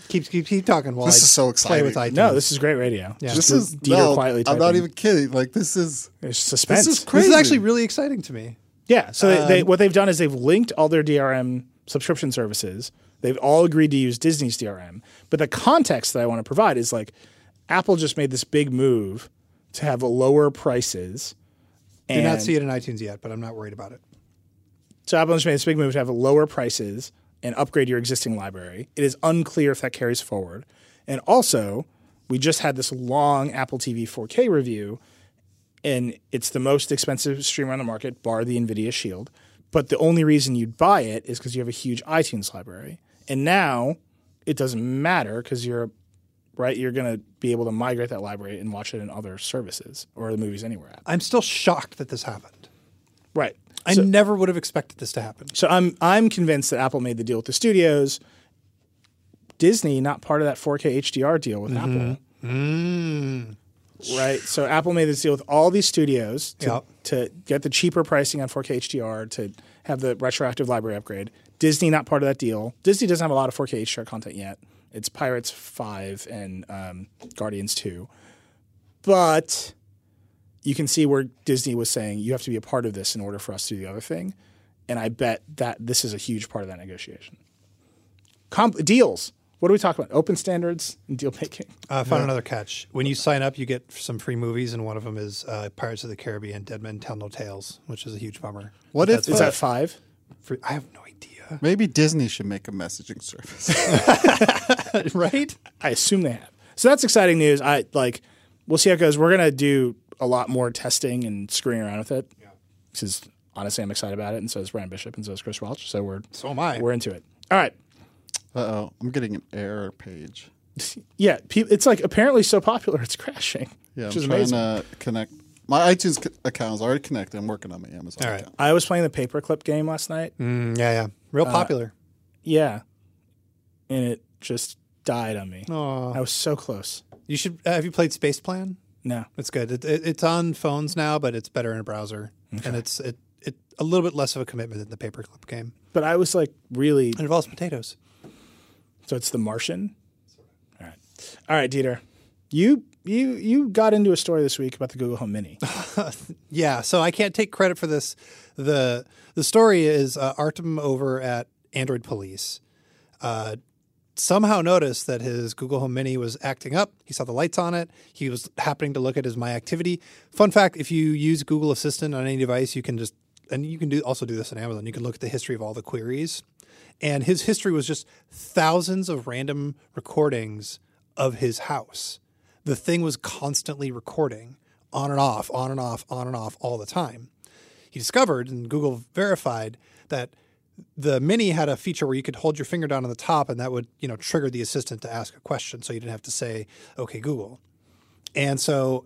Speaker 2: Keep keep, keep talking while
Speaker 3: This
Speaker 2: I
Speaker 3: is so
Speaker 2: play with iTunes.
Speaker 3: exciting.
Speaker 1: No, this is great radio.
Speaker 2: Yeah.
Speaker 3: this
Speaker 1: Dieter
Speaker 3: is no,
Speaker 1: quietly
Speaker 3: I'm not
Speaker 1: typing.
Speaker 3: even kidding. Like this is
Speaker 1: There's suspense.
Speaker 3: this is
Speaker 2: This
Speaker 3: crazy.
Speaker 2: is actually really exciting to me.
Speaker 1: yeah. So they,
Speaker 3: Um,
Speaker 1: they, what they've done is they've linked all their DRM subscription services. They've all agreed to use Disney's DRM. But the context that I want to provide is like Apple just made this big move to have lower prices.
Speaker 2: Do
Speaker 1: And
Speaker 2: not see it in iTunes yet, but I'm not worried about it.
Speaker 1: So Apple just made this big move to have lower prices and upgrade your existing library. It is unclear if that carries forward. And also, we just had this long Apple TV 4K review, and it's the most expensive streamer on the market, bar the NVIDIA Shield. But the only reason you'd buy it is because you have a huge iTunes library. And now it doesn't matter because you're right, you're gonna be able to migrate that library and watch it in other services or the movies anywhere app.
Speaker 2: I'm still shocked that this happened.
Speaker 1: Right.
Speaker 2: I never would have expected this to happen.
Speaker 1: So I'm I'm convinced that Apple made the deal with the studios. Disney not part of that 4K HDR deal with Apple. right? So Apple made this deal with all these studios to,
Speaker 2: Yep.
Speaker 1: to get the cheaper pricing on 4K HDR to have the retroactive library upgrade. Disney not part of that deal. Disney doesn't have a lot of 4K HDR content yet. It's Pirates Five and um, Guardians Two, but you can see where Disney was saying you have to be a part of this in order for us to do the other thing, and I bet that this is a huge part of that negotiation. Comp- deals. What do we talk about? Open standards and deal making.
Speaker 2: I found another catch. When you sign up, you get some free movies, and one of them is uh, Pirates of the Caribbean: Dead Men Tell No Tales, which is a huge bummer.
Speaker 3: What if
Speaker 1: Is
Speaker 3: uh,
Speaker 1: that five?
Speaker 2: Free- I have no
Speaker 3: [LAUGHS]
Speaker 2: idea.
Speaker 3: maybe Disney should make a messaging service? [LAUGHS]
Speaker 2: right?
Speaker 1: I assume they have. So that's exciting news. I like. We'll see how it goes. We're gonna do a lot more testing and screwing around with it. Because honestly, I'm excited about it, and so is Brian Bishop, and so is Chris Welch. So we're
Speaker 2: So am I.
Speaker 1: we're into it. All right.
Speaker 3: uh oh, I'm getting an error page.
Speaker 1: Yeah, pe- it's like apparently so popular [LAUGHS] it's crashing,
Speaker 3: Yeah,
Speaker 1: which
Speaker 3: I'm
Speaker 1: is
Speaker 3: trying
Speaker 1: amazing.
Speaker 3: to connect. My iTunes c- account is already connected. I'm working on my Amazon
Speaker 2: All right.
Speaker 3: account.
Speaker 1: I was playing the paperclip game last night.
Speaker 2: Mm, yeah, yeah. Real popular.
Speaker 1: Yeah, and it just died on me.
Speaker 2: Aw.
Speaker 1: I was so close.
Speaker 2: You should. Uh, have you played Space Plan?
Speaker 1: No,
Speaker 2: It's good. It, it, it's on phones now, but it's better in a browser, and it's it, it a little bit less of a commitment than the paperclip game.
Speaker 1: but I was like really.
Speaker 2: It involves potatoes.
Speaker 1: So it's The Martian. All right, all right, Dieter, you you you got into a story this week about the Google Home
Speaker 2: [LAUGHS]
Speaker 1: Mini.
Speaker 2: Yeah, so I can't take credit for this. the The story is uh, Artem over at Android Police uh, somehow noticed that his Google Home Mini was acting up. He saw the lights on it. He was happening to look at his My Activity. Fun fact: If you use Google Assistant on any device, you can just and you can do also do this on Amazon. You can look at the history of all the queries, and his history was just thousands of random recordings of his house. The thing was constantly recording on and off, on and off, on and off all the time he discovered and Google verified that the mini had a feature where you could hold your finger down on the top and that would, you know, trigger the assistant to ask a question so you didn't have to say, "Okay, Google." And so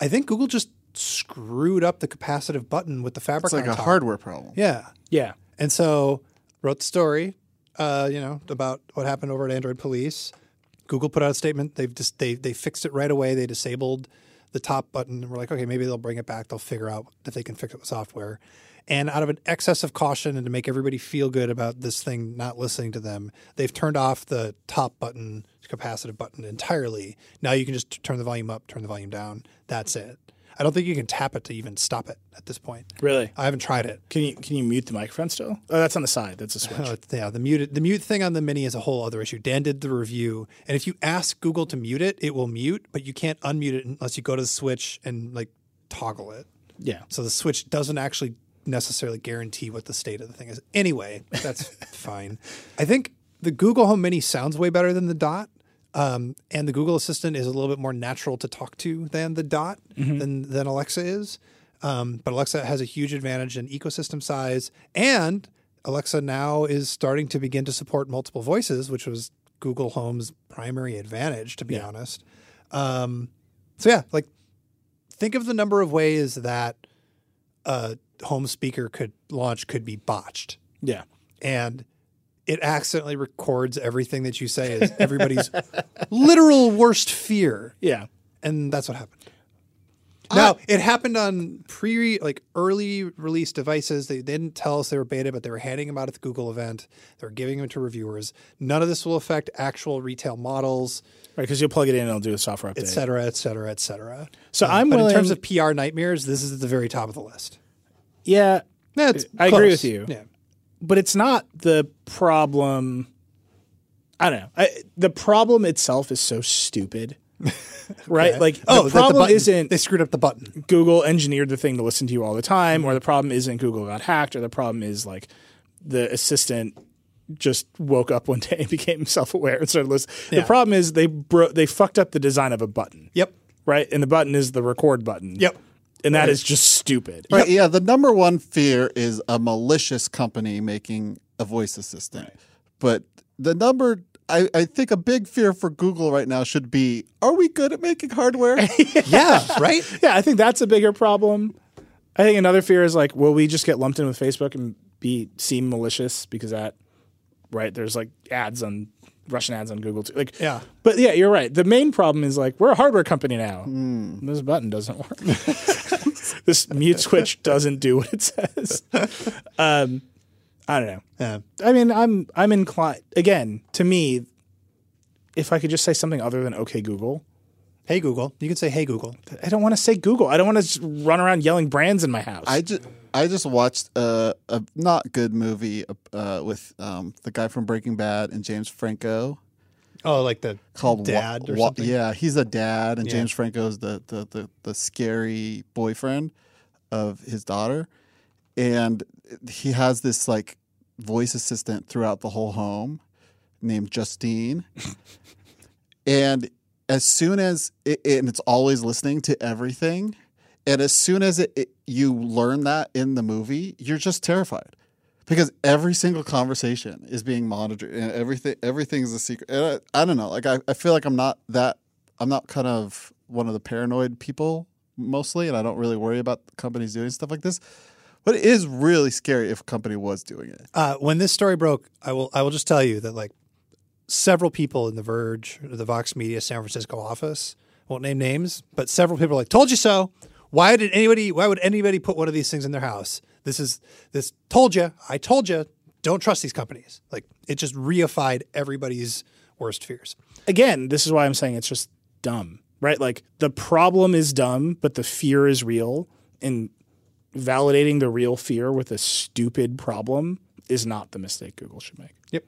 Speaker 2: I think Google just screwed up the capacitive button with the fabric
Speaker 3: It's like
Speaker 2: on
Speaker 3: a
Speaker 2: top.
Speaker 3: hardware problem.
Speaker 2: Yeah.
Speaker 1: yeah,
Speaker 2: And so wrote the story, uh, you know, about what happened over at Android Police. Google put out a statement. They've just they they fixed it right away. They disabled the top button. We're like, okay, maybe they'll bring it back. They'll figure out if they can fix it with software. And out of an excess of caution and to make everybody feel good about this thing not listening to them, they've turned off the top button, capacitive button entirely. Now you can just turn the volume up, turn the volume down. That's it. I don't think you can tap it to even stop it at this point.
Speaker 1: really.
Speaker 2: I haven't tried it.
Speaker 1: Can you can you mute the microphone still? Oh, that's on the side. That's a switch.
Speaker 2: [LAUGHS] Oh, it's- yeah, the mute the mute thing on the mini is a whole other issue. Dan did the review, and if you ask Google to mute it, it will mute, but you can't unmute it unless you go to the switch and like toggle it.
Speaker 1: yeah.
Speaker 2: So the switch doesn't actually necessarily guarantee what the state of the thing is. Anyway, that's fine. I think the Google Home Mini sounds way better than the Dot. Um, and the Google Assistant is a little bit more natural to talk to than the Dot, than, than Alexa is. Um, but Alexa has a huge advantage in ecosystem size. And Alexa now is starting to begin to support multiple voices, which was Google Home's primary advantage, to be honest. Um, so, yeah, like think of the number of ways that a home speaker could launch could be botched
Speaker 1: Yeah.
Speaker 2: and it accidentally records everything that you say as
Speaker 1: [LAUGHS]
Speaker 2: everybody's literal worst fear
Speaker 1: Yeah.
Speaker 2: and that's what happened now it happened on pre like early release devices they, they didn't tell us they were beta but they were handing them out at the google event they were giving them to reviewers none of this will affect actual retail models
Speaker 1: Right, because you'll plug it in and it'll do a software update.
Speaker 2: et cetera et cetera et cetera
Speaker 1: So I'm
Speaker 2: but
Speaker 1: willing.
Speaker 2: in terms of pr nightmares this is at the very top of the list
Speaker 1: yeah,
Speaker 2: That's
Speaker 1: I agree with you.
Speaker 2: Yeah.
Speaker 1: but it's not the problem. I don't know. I, the problem itself is so
Speaker 2: [LAUGHS]
Speaker 1: stupid, right? Like
Speaker 2: Oh,
Speaker 1: the
Speaker 2: that the
Speaker 1: problem
Speaker 2: button,
Speaker 1: isn't
Speaker 2: they screwed up the button.
Speaker 1: Google engineered the thing to listen to you all the time, or the problem isn't Google got hacked, or the problem is like the assistant just woke up one [LAUGHS] day and became self-aware and started listening.
Speaker 2: Yeah.
Speaker 1: The problem is they bro- they fucked up the design of a button.
Speaker 2: Yep.
Speaker 1: right? And the button is the record button.
Speaker 2: Yep.
Speaker 1: And that is just stupid.
Speaker 3: Right, yeah, the number one fear is a malicious company making a voice assistant. But the number, I, I think a big fear for Google right now should be are we good at making hardware?
Speaker 2: [LAUGHS] Yeah. right.
Speaker 1: Yeah, I think that's a bigger problem. I think another fear is like, will we just get lumped in with Facebook and be seem malicious because that right there's like ads on Russian ads on Google too. Like,
Speaker 2: Yeah.
Speaker 1: But yeah, you're right. The main problem is like we're a hardware company now.
Speaker 2: Hmm.
Speaker 1: This button doesn't work. [LAUGHS] this mute switch doesn't do what it says. [LAUGHS] Um, I don't know.
Speaker 2: Yeah.
Speaker 1: I mean, I'm I'm inclined again. To me, if I could just say something other than "Okay, Google,"
Speaker 2: Hey Google. You can say Hey Google.
Speaker 1: I don't want to say Google. I don't want to run around yelling brands in my house.
Speaker 3: I just I just watched a, a not good movie uh, with um, the guy from Breaking Bad and James Franco
Speaker 2: Oh, like the
Speaker 3: called Wa-
Speaker 2: dad or
Speaker 3: Wa-
Speaker 2: something.
Speaker 3: Yeah, he's a dad, and
Speaker 2: Yeah.
Speaker 3: James Franco's the the, the the scary boyfriend of his daughter, and he has this like voice assistant throughout the whole home
Speaker 2: [LAUGHS]
Speaker 3: named Justine, and as soon as it, it- and it's always listening to everything, and as soon as it, it you learn that in the movie, you're just terrified. Because every single conversation is being monitored, and everything everything is a secret. And I, I don't know. Like I, I feel like I'm not that I'm not kind of one of the paranoid people mostly, and I don't really worry about companies doing stuff like this. But it is really scary if a company was doing it.
Speaker 2: Uh, when this story broke, I will I will just tell you that like several people in the Verge, the Vox Media San Francisco office, I won't name names, but several people are like, "Told you so." Why did anybody? Why would anybody put one of these things in their house? This is this. Told you. I told you. Don't trust these companies. Like it just reified everybody's worst fears.
Speaker 1: again, this is why I'm saying it's just dumb, right? Like the problem is dumb, but the fear is real, and validating the real fear with a stupid problem is not the mistake Google should make.
Speaker 2: Yep.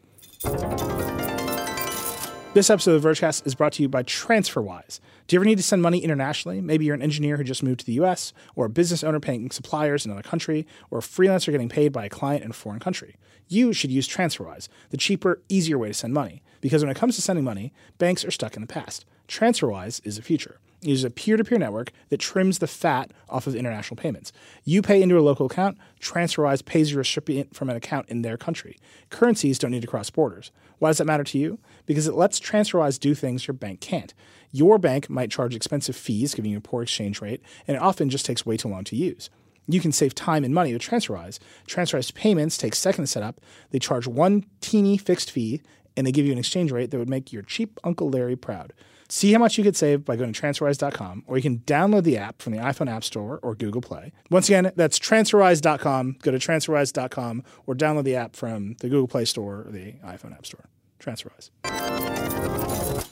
Speaker 1: This episode of Vergecast is brought to you by TransferWise. Do you ever need to send money internationally? Maybe you're an engineer who just moved to the US, or a business owner paying suppliers in another country, or a freelancer getting paid by a client in a foreign country. You should use TransferWise, the cheaper, easier way to send money. Because when it comes to sending money, banks are stuck in the past. TransferWise is the future. It is a peer to peer network that trims the fat off of international payments. You pay into a local account, TransferWise pays your recipient from an account in their country. Currencies don't need to cross borders. Why does that matter to you? Because it lets TransferWise do things your bank can't. Your bank might charge expensive fees, giving you a poor exchange rate, and it often just takes way too long to use. You can save time and money with TransferWise. TransferWise payments take seconds to set up. They charge one teeny fixed fee, and they give you an exchange rate that would make your cheap Uncle Larry proud. See how much you could save by going to TransferWise.com, or you can download the app from the iPhone App Store or Google Play. Once again, that's TransferWise.com. Go to TransferWise.com or download the app from the Google Play Store or the iPhone App Store. TransferWise.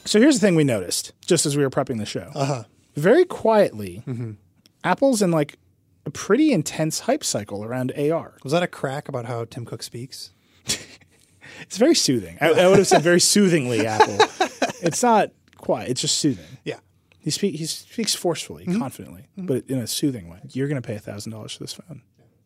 Speaker 1: So here's the thing we noticed just as we were prepping the show. Uh-huh. Very quietly, Apple's in like a pretty intense hype cycle around AR.
Speaker 2: Was that a crack about how Tim Cook speaks?
Speaker 1: It's very soothing. I, I would have said very soothingly, Apple. It's not quiet. It's just soothing.
Speaker 2: Yeah.
Speaker 1: He speak he speaks forcefully, confidently, but in a soothing way. You're going to pay thousand dollars for this phone,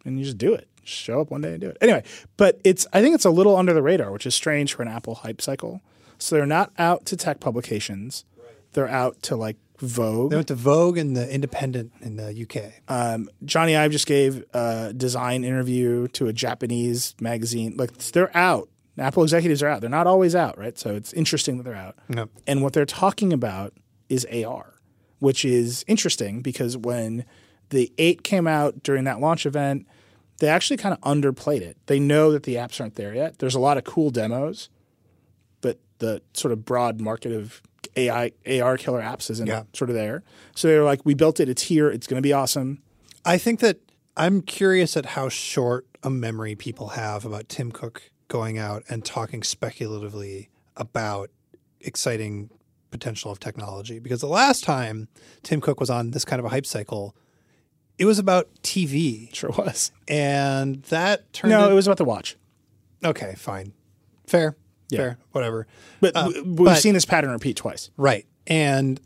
Speaker 1: and you just do it. Just show up one day and do it. Anyway, but it's I think it's a little under the radar, which is strange for an Apple hype cycle. So they're not out to tech publications; they're out to like Vogue.
Speaker 2: They went to Vogue and the Independent in the UK.
Speaker 1: Um, Johnny Ive just gave a design interview to a Japanese magazine. Like they're out. Apple executives are out. They're not always out, right? So it's interesting that they're out.
Speaker 2: Yep.
Speaker 1: And what they're talking about is AR, which is interesting because when the 8 came out during that launch event, they actually kind of underplayed it. They know that the apps aren't there yet. There's a lot of cool demos, but the sort of broad market of AI AR killer apps isn't
Speaker 2: Yeah.
Speaker 1: sort of there. So they're like, we built it. It's here. It's going to be awesome.
Speaker 2: I think that I'm curious at how short a memory people have about Tim Cook going out and talking speculatively about exciting potential of technology. Because the last time Tim Cook was on this kind of a hype cycle, it was about TV.
Speaker 1: Sure was.
Speaker 2: And that turned
Speaker 1: No,
Speaker 2: in-
Speaker 1: it was about the watch.
Speaker 2: okay, fine. Fair.
Speaker 1: Yeah.
Speaker 2: Fair. Whatever.
Speaker 1: But
Speaker 2: Uh,
Speaker 1: w- we've
Speaker 2: but-
Speaker 1: seen this pattern repeat twice.
Speaker 2: Right. And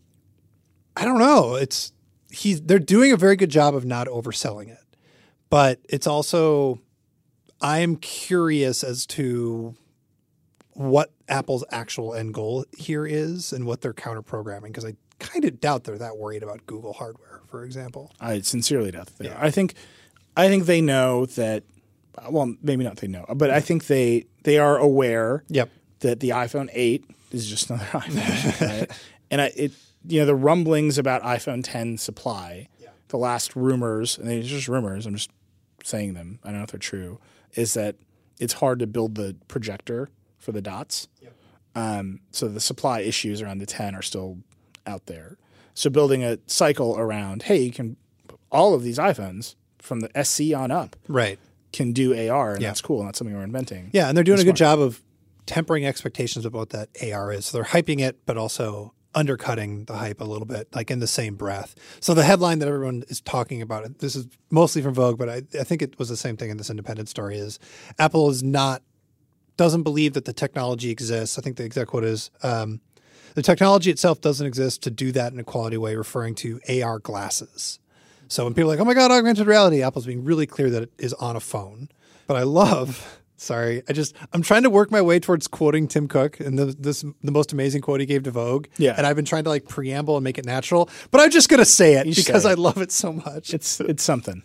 Speaker 2: I don't know. It's he's they're doing a very good job of not overselling it. But it's also I'm curious as to what Apple's actual end goal here is and what they're counter programming because I kind of doubt they're that worried about Google hardware, for example.
Speaker 1: I sincerely doubt that they are. I think, I think they know that. Well, maybe not. They know, but I think they they are aware.
Speaker 2: Yep.
Speaker 1: That the iPhone 8 is just another [LAUGHS] iPhone,
Speaker 2: [LAUGHS]
Speaker 1: right? and I, it you know the rumblings about iPhone 10 supply, the last rumors, and they're just rumors. I'm just saying them. I don't know if they're true. Is that it's hard to build the projector for the dots. Um, so the supply issues around the 10 are still out there. So building a cycle around, hey, you can all of these iPhones from the SC on up
Speaker 2: Right.
Speaker 1: can do AR, and
Speaker 2: Yeah.
Speaker 1: that's cool. And that's something we're inventing.
Speaker 2: Yeah, and they're doing a good job of tempering expectations about what that AR is. So they're hyping it, but also undercutting the hype a little bit, like in the same breath. So the headline that everyone is talking about, this is mostly from Vogue, but I, I think it was the same thing in this independent story, is Apple is not doesn't believe that the technology exists. I think the exact quote is um, the technology itself doesn't exist to do that in a quality way, referring to AR glasses. So when people are like, oh my God, augmented reality, Apple's being really clear that it is on a phone. But I love, [LAUGHS] sorry, I just, I'm trying to work my way towards quoting Tim Cook and the, this, the most amazing quote he gave to Vogue.
Speaker 1: Yeah.
Speaker 2: And I've been trying to like preamble and make it natural, but I'm just going to say it
Speaker 1: You say
Speaker 2: because
Speaker 1: it.
Speaker 2: I love it so much.
Speaker 1: It's it's something.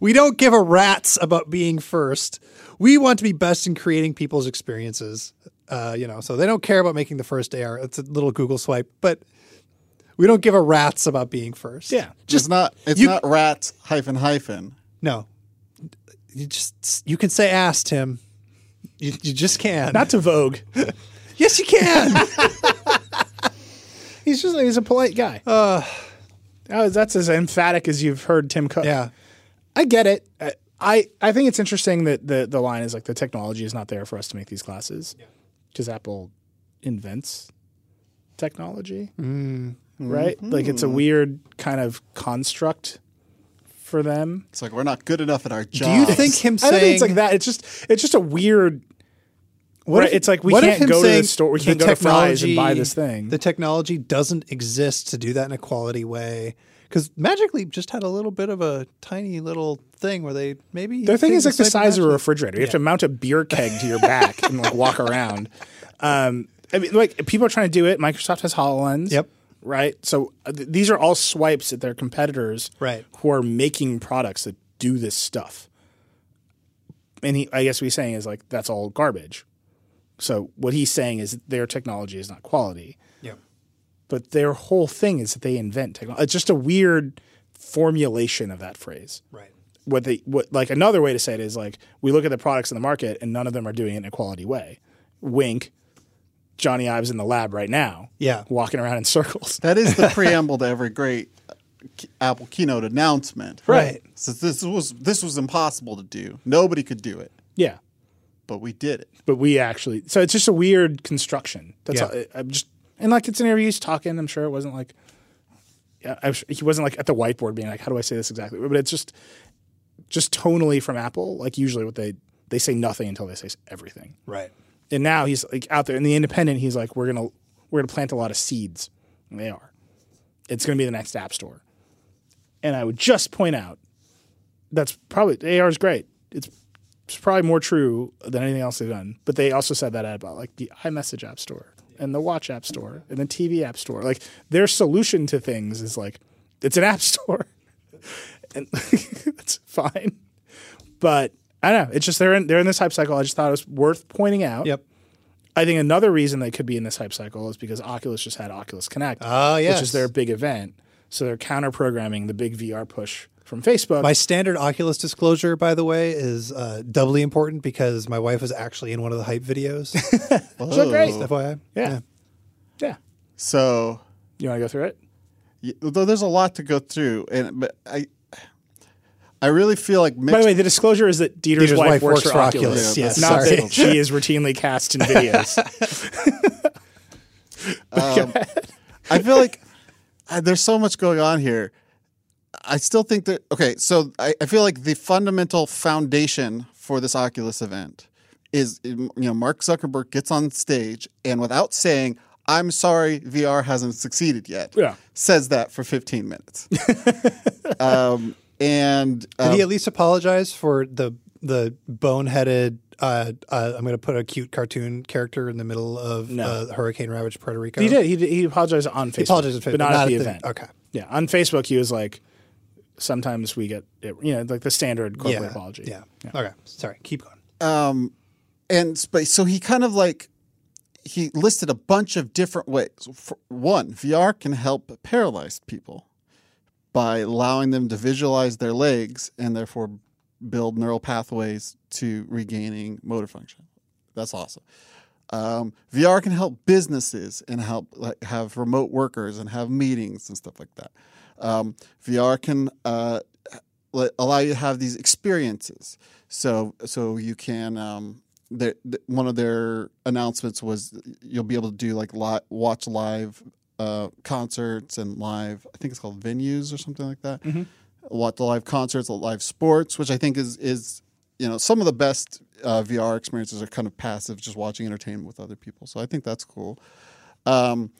Speaker 2: We don't give a rat's about being first. We want to be best in creating people's experiences. Uh, you know, so they don't care about making the first AR. It's a little Google swipe, but we don't give a rat's about being first.
Speaker 1: Yeah.
Speaker 2: just
Speaker 3: it's not it's
Speaker 2: you-
Speaker 3: not rats hyphen hyphen.
Speaker 2: no. You just you can say ass, Tim. You, you just can.
Speaker 1: Not to Vogue.
Speaker 2: [LAUGHS] yes, you can.
Speaker 1: [LAUGHS] he's just he's a polite guy. Uh, that's as emphatic as you've heard Tim Cook.
Speaker 2: yeah,
Speaker 1: I get it. I- I, I think it's interesting that the, the line is like the technology is not there for us to make these glasses because Apple invents technology, Mm-hmm. right? Like it's a weird kind of construct for them.
Speaker 3: It's like we're not good enough at our
Speaker 2: Do
Speaker 3: job.
Speaker 2: you think him
Speaker 1: I
Speaker 2: saying
Speaker 1: don't think it's like that. It's just it's just a weird. What
Speaker 2: if-
Speaker 1: it's like we
Speaker 2: what if
Speaker 1: can't
Speaker 2: him
Speaker 1: go to the
Speaker 2: saying
Speaker 1: store. We
Speaker 2: the
Speaker 1: can't go to Fry's and buy
Speaker 2: technology-
Speaker 1: this thing.
Speaker 2: The technology doesn't exist to do that in a quality way. Because Magic Leap just had a little bit of a tiny little thing where they maybe
Speaker 1: Their thing is like the size of a
Speaker 2: a
Speaker 1: refrigerator. You have to mount a beer keg to your
Speaker 2: [LAUGHS]
Speaker 1: back and like walk around. Um, I mean, like people are trying to do it. Microsoft has Hololens.
Speaker 2: Yep.
Speaker 1: Right. So uh, th- these are all swipes at their competitors.
Speaker 2: Right.
Speaker 1: Who are making products that do this stuff. And he, I guess what he's saying is like that's all garbage. So what he's saying is their technology is not quality,
Speaker 2: yeah.
Speaker 1: but their whole thing is that they invent technology. It's just a weird formulation of that phrase
Speaker 2: right
Speaker 1: what they what like another way to say it is like we look at the products in the market and none of them are doing it in a quality way. Wink, Johnny Ives in the lab right now.
Speaker 2: Yeah.
Speaker 1: walking around in circles.
Speaker 3: [LAUGHS]
Speaker 1: [LAUGHS]
Speaker 3: that
Speaker 2: [LAUGHS]
Speaker 3: is the preamble to every great k- Apple keynote announcement?
Speaker 2: Right.
Speaker 3: So this was this was impossible to do. Nobody could do it,
Speaker 1: Yeah,
Speaker 3: but we did it.
Speaker 1: but we actually so it's just a weird construction. That's
Speaker 2: Yeah.
Speaker 1: all, I, am just and like it's an interview. He's talking. I'm sure it wasn't like yeah, I was, he wasn't like at the whiteboard being like, how do I say this exactly? But it's just just tonally from Apple. Like usually what they they say nothing until they say everything.
Speaker 2: right
Speaker 1: and now he's like out there in the independent he's like we're gonna we're gonna plant a lot of seeds and they are it's gonna be the next app store and i would just point out that's probably ar is great it's, it's probably more true than anything else they've done but they also said that about like the imessage app store and the watch app store and the tv app store like their solution to things is like it's an app [LAUGHS] store and [LAUGHS] that's fine but i don't know it's just they're in they're in this hype cycle i just thought it was worth pointing out
Speaker 2: yep
Speaker 1: I think another reason they could be in this hype cycle is because Oculus just had Oculus Connect,
Speaker 2: Ah,
Speaker 1: which
Speaker 2: yes.
Speaker 1: is their big event. So they're counter programming the big VR push from Facebook.
Speaker 2: my standard Oculus disclosure by the way is uh, doubly important because my wife was actually in one of the
Speaker 1: [LAUGHS]
Speaker 2: hype videos
Speaker 1: so great.
Speaker 3: Oh.
Speaker 2: FYI
Speaker 1: Yeah. yeah.
Speaker 3: So
Speaker 1: You want to go through it?
Speaker 3: y- though there's a lot to go through, and but I I really feel like mixed
Speaker 1: By the way, the disclosure is that Dieter's,
Speaker 2: Dieter's
Speaker 1: wife,
Speaker 2: wife
Speaker 1: works,
Speaker 2: works
Speaker 1: for
Speaker 2: for
Speaker 1: Oculus.
Speaker 2: Oculus. Yeah,
Speaker 1: Yes.
Speaker 2: that's
Speaker 1: Not
Speaker 2: sorry.
Speaker 1: that she is routinely cast in videos.
Speaker 3: I feel like uh, there's so much going on here. I still think that okay, so I, I feel like the fundamental foundation for this Oculus event is you know Mark Zuckerberg gets on stage and without saying I'm sorry VR hasn't succeeded yet,
Speaker 1: Yeah.
Speaker 3: says that for 15 minutes, um, and
Speaker 2: Did
Speaker 3: um,
Speaker 2: he at least apologize for the the boneheaded? Uh, uh, I'm going to put a cute cartoon character in the middle of uh, Hurricane ravaged Puerto Rico.
Speaker 1: he did. He, did- he apologized on Facebook.
Speaker 2: He apologized, on Facebook,
Speaker 1: but not, at the event.
Speaker 2: Okay.
Speaker 1: Yeah. On Facebook, he was like, sometimes we get, it, you know, like the standard corporate
Speaker 2: Yeah.
Speaker 1: apology.
Speaker 2: Yeah. Okay. Sorry. Keep going.
Speaker 3: um, and sp- so he kind of like he listed a bunch of different ways. For one, VR can help paralyzed people by allowing them to visualize their legs and therefore build neural pathways to regaining motor function. That's awesome. Um, VR can help businesses and help like have remote workers and have meetings and stuff like that. Um, VR can uh, li- allow you to have these experiences. So so you can. Um, their, th- one of their announcements was you'll be able to do like li- watch live uh, concerts and live. I think it's called venues or something like that. Watch the live concerts, live sports, which I think is is you know some of the best uh, VR experiences are kind of passive, just watching entertainment with other people. So I think that's cool. Um,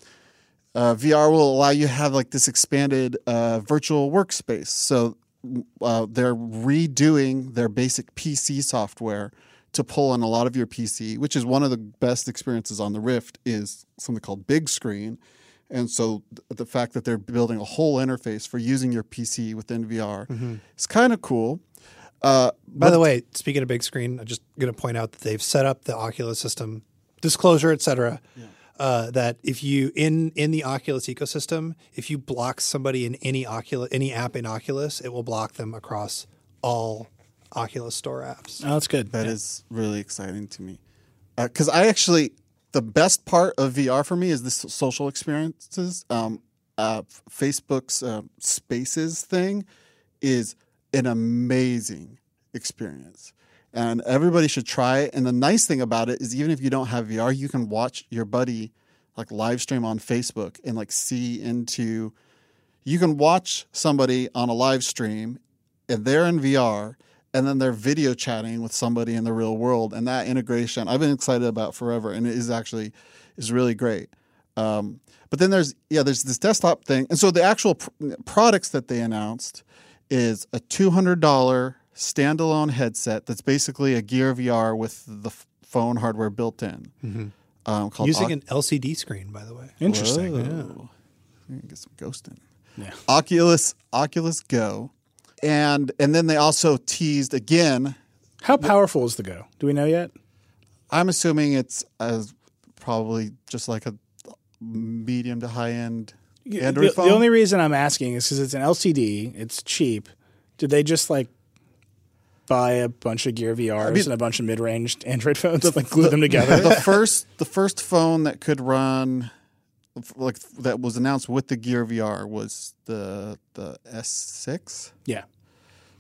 Speaker 3: uh, VR will allow you to have like this expanded uh, virtual workspace. So uh, they're redoing their basic PC software to pull on a lot of your PC, which is one of the best experiences on the Rift. Is something called Big Screen, and so th- the fact that they're building a whole interface for using your PC within VR is kind of cool. Uh,
Speaker 2: By the way, speaking of big screen, I'm just going to point out that they've set up the Oculus system, disclosure, et cetera. Uh, that if you in in the Oculus ecosystem, if you block somebody in any Oculus any app in Oculus, it will block them across all Oculus Store apps.
Speaker 1: Oh, that's good.
Speaker 3: That is really exciting to me. Because I actually, the best part of VR for me is the so- social experiences. Um, uh, F- Facebook's uh, Spaces thing is an amazing experience. And everybody should try it. And the nice thing about it is, even if you don't have VR, you can watch your buddy like live stream on Facebook and like see into you can watch somebody on a live stream and they're in VR and then they're video chatting with somebody in the real world and that integration I've been excited about forever and it is actually is really great. Um, but then there's yeah there's this desktop thing and so the actual pr- products that they announced is a $200 standalone headset that's basically a Gear VR with the f- phone hardware built in. Um, called
Speaker 2: Mm-hmm. Using an LCD screen, by the way.
Speaker 1: Interesting.
Speaker 3: Whoa. We're gonna Oh. get some ghosting. Oculus, Oculus Go, and and then they also teased again.
Speaker 1: How powerful is the Go? Do we know yet?
Speaker 3: I'm assuming it's as probably just like a medium to high end Android
Speaker 1: the,
Speaker 3: phone.
Speaker 1: the only reason I'm asking is because it's an LCD. It's cheap. Did they just like buy a bunch of Gear VRs and a bunch of mid-range Android [LAUGHS] phones and like glue them together?
Speaker 3: [LAUGHS] [LAUGHS] the first the first phone that could run like that was announced with the Gear VR was the the S6.
Speaker 1: yeah.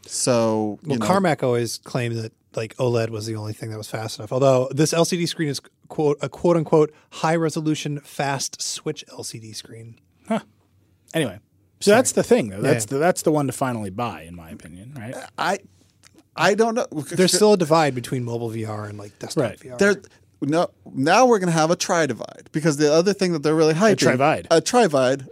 Speaker 3: So you
Speaker 2: Well,
Speaker 3: know,
Speaker 2: Carmack always claimed that like OLED was the only thing that was fast enough. Although this LCD screen is quote a quote unquote high resolution fast switch LCD screen.
Speaker 1: Anyway, so that's the thing though. That's
Speaker 2: yeah.
Speaker 1: the that's the one to finally buy, in my opinion. Right.
Speaker 3: I I don't know.
Speaker 2: There's still a divide between mobile VR and like desktop
Speaker 1: Right.
Speaker 2: VR.
Speaker 3: There, no, now we're gonna have a tri divide because the other thing that they're really hyping
Speaker 1: trivide.
Speaker 3: a trivide,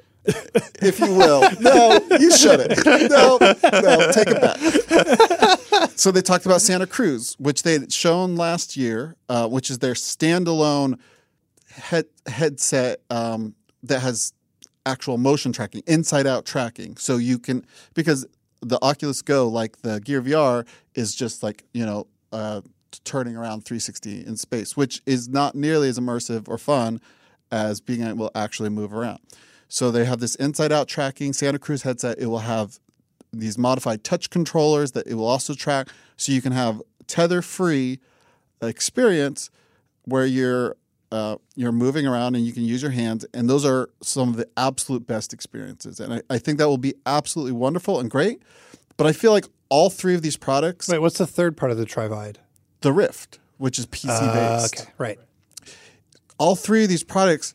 Speaker 3: if you will. no, you shouldn't. No, no, take it back. so they talked about Santa Cruz, which they had shown last year, uh, which is their standalone head headset um, that has actual motion tracking, inside out tracking. So you can because the Oculus Go, like the Gear VR, is just like you know uh, t- turning around 360 in space, which is not nearly as immersive or fun as being able to actually move around. So they have this inside out tracking. Santa Cruz headset, it will have these modified touch controllers that it will also track, so you can have tether free experience where you're uh, you're moving around and you can use your hands and those are some of the absolute best experiences and I, I think that will be absolutely wonderful and great but i feel like all three of these products
Speaker 2: Wait, what's the third part of the trivide?
Speaker 3: the rift which is pc
Speaker 2: Uh,
Speaker 3: based
Speaker 2: okay, right.
Speaker 3: all three of these products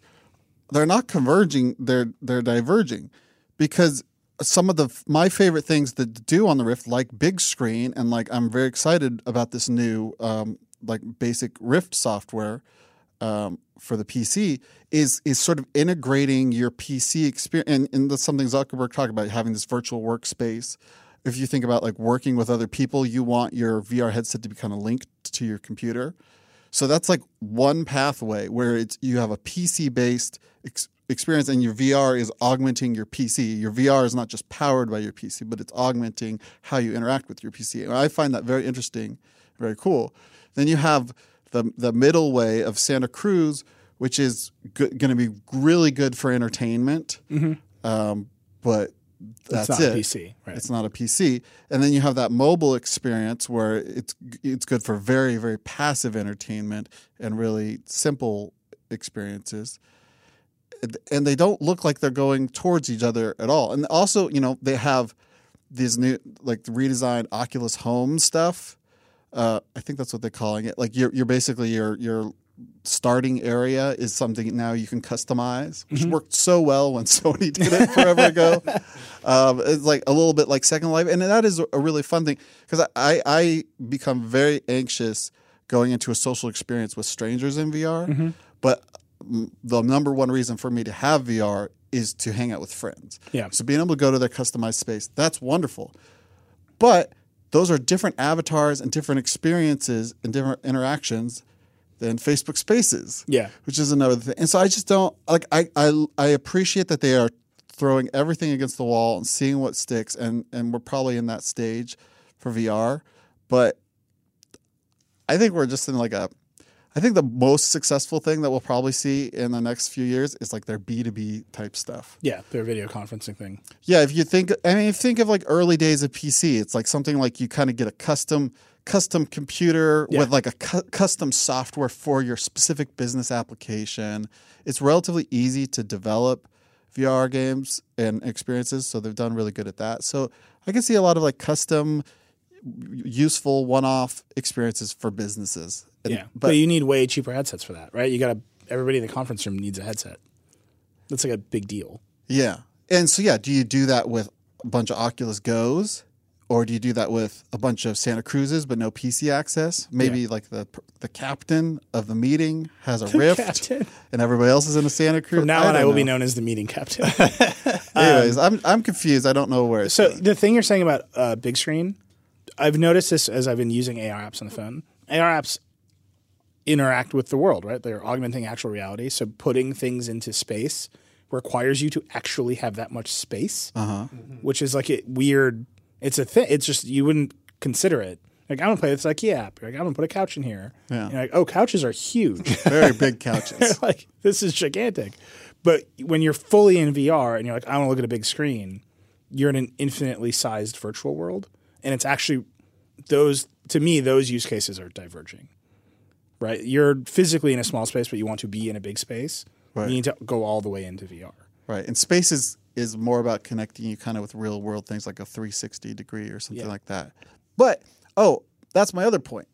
Speaker 3: they're not converging they're they're diverging because some of the my favorite things to do on the rift like big screen and like i'm very excited about this new um, like basic rift software um, for the pc is is sort of integrating your pc experience and, and that's something zuckerberg talked about having this virtual workspace if you think about like working with other people you want your vr headset to be kind of linked to your computer so that's like one pathway where it's you have a PC based ex- experience, and your VR is augmenting your PC. Your VR is not just powered by your PC, but it's augmenting how you interact with your PC. And I find that very interesting, very cool. Then you have the the middle way of Santa Cruz, which is go- going to be really good for entertainment, um, but
Speaker 1: Mm-hmm. it's
Speaker 3: that's
Speaker 1: not
Speaker 3: it.
Speaker 1: a PC, right?
Speaker 3: It's not a PC. And then you have that mobile experience where it's it's good for very very passive entertainment and really simple experiences. And- And they don't look like they're going towards each other at all. And also, you know, they have these new like the redesigned Oculus Home stuff. Uh, I think that's what they're calling it. Like you're, you're basically your your starting area is something now you can customize, which worked so well when [LAUGHS] Sony did it forever ago. Um, it's like a little bit like Second Life, and that is a really fun thing because I, I become very anxious going into a social experience with strangers in VR.
Speaker 1: Mm-hmm.
Speaker 3: But mm, the number one reason for me to have VR is to hang out with friends.
Speaker 1: Yeah.
Speaker 3: So being able to go to their customized space, that's wonderful but those are different avatars and different experiences and different interactions than Facebook Spaces.
Speaker 1: Yeah.
Speaker 3: Which is another thing. And so I just don't like I I, I appreciate that they are throwing everything against the wall and seeing what sticks and and we're probably in that stage for VR, but I think we're just in like a I think the most successful thing that we'll probably see in the next few years is like their B2B type stuff.
Speaker 1: yeah, their video conferencing thing.
Speaker 3: Yeah, if you think, I mean, if you think of like early days of PC, it's like something like you kind of get a custom custom computer
Speaker 1: Yeah.
Speaker 3: with like a cu- custom software for your specific business application. It's relatively easy to develop VR games and experiences, so they've done really good at that. So I can see a lot of like custom, useful one-off experiences for businesses. And-
Speaker 1: yeah, but, you need way cheaper headsets for that, right? You got to everybody in the conference room needs a headset. That's like a big deal.
Speaker 3: Yeah. And so, yeah, do you do that with a bunch of Oculus Goes? Or do you do that with a bunch of Santa Cruzes but no PC access? Maybe like the the captain of the meeting has a rift,
Speaker 1: captain.
Speaker 3: and everybody else is in a Santa Cruz.
Speaker 1: From now on,
Speaker 3: don't
Speaker 1: I will
Speaker 3: know.
Speaker 1: be known as the meeting captain.
Speaker 3: Anyways, I'm I'm confused. I don't know where. It's
Speaker 1: So
Speaker 3: going.
Speaker 1: the thing you're saying about uh, big screen, I've noticed this as I've been using AR apps on the phone. AR apps interact with the world, right? They're augmenting actual reality. So putting things into space requires you to actually have that much space, which is like a weird. It's a thing. It's just you wouldn't consider it. Like I'm gonna play this IKEA app. You're like I'm gonna put a couch in here.
Speaker 3: Yeah.
Speaker 1: You're like oh, couches are huge.
Speaker 3: very
Speaker 1: [LAUGHS]
Speaker 3: big couches.
Speaker 1: like this is gigantic. But when you're fully in VR and you're like, I want to look at a big screen, you're in an infinitely sized virtual world, and it's actually those to me those use cases are diverging. Right, you're physically in a small space, but you want to be in a big space.
Speaker 3: Right.
Speaker 1: You need to go all the way into VR.
Speaker 3: Right. And space is, is more about connecting you kind of with real world things like a 360 degree or something like that. But, oh, that's my other point.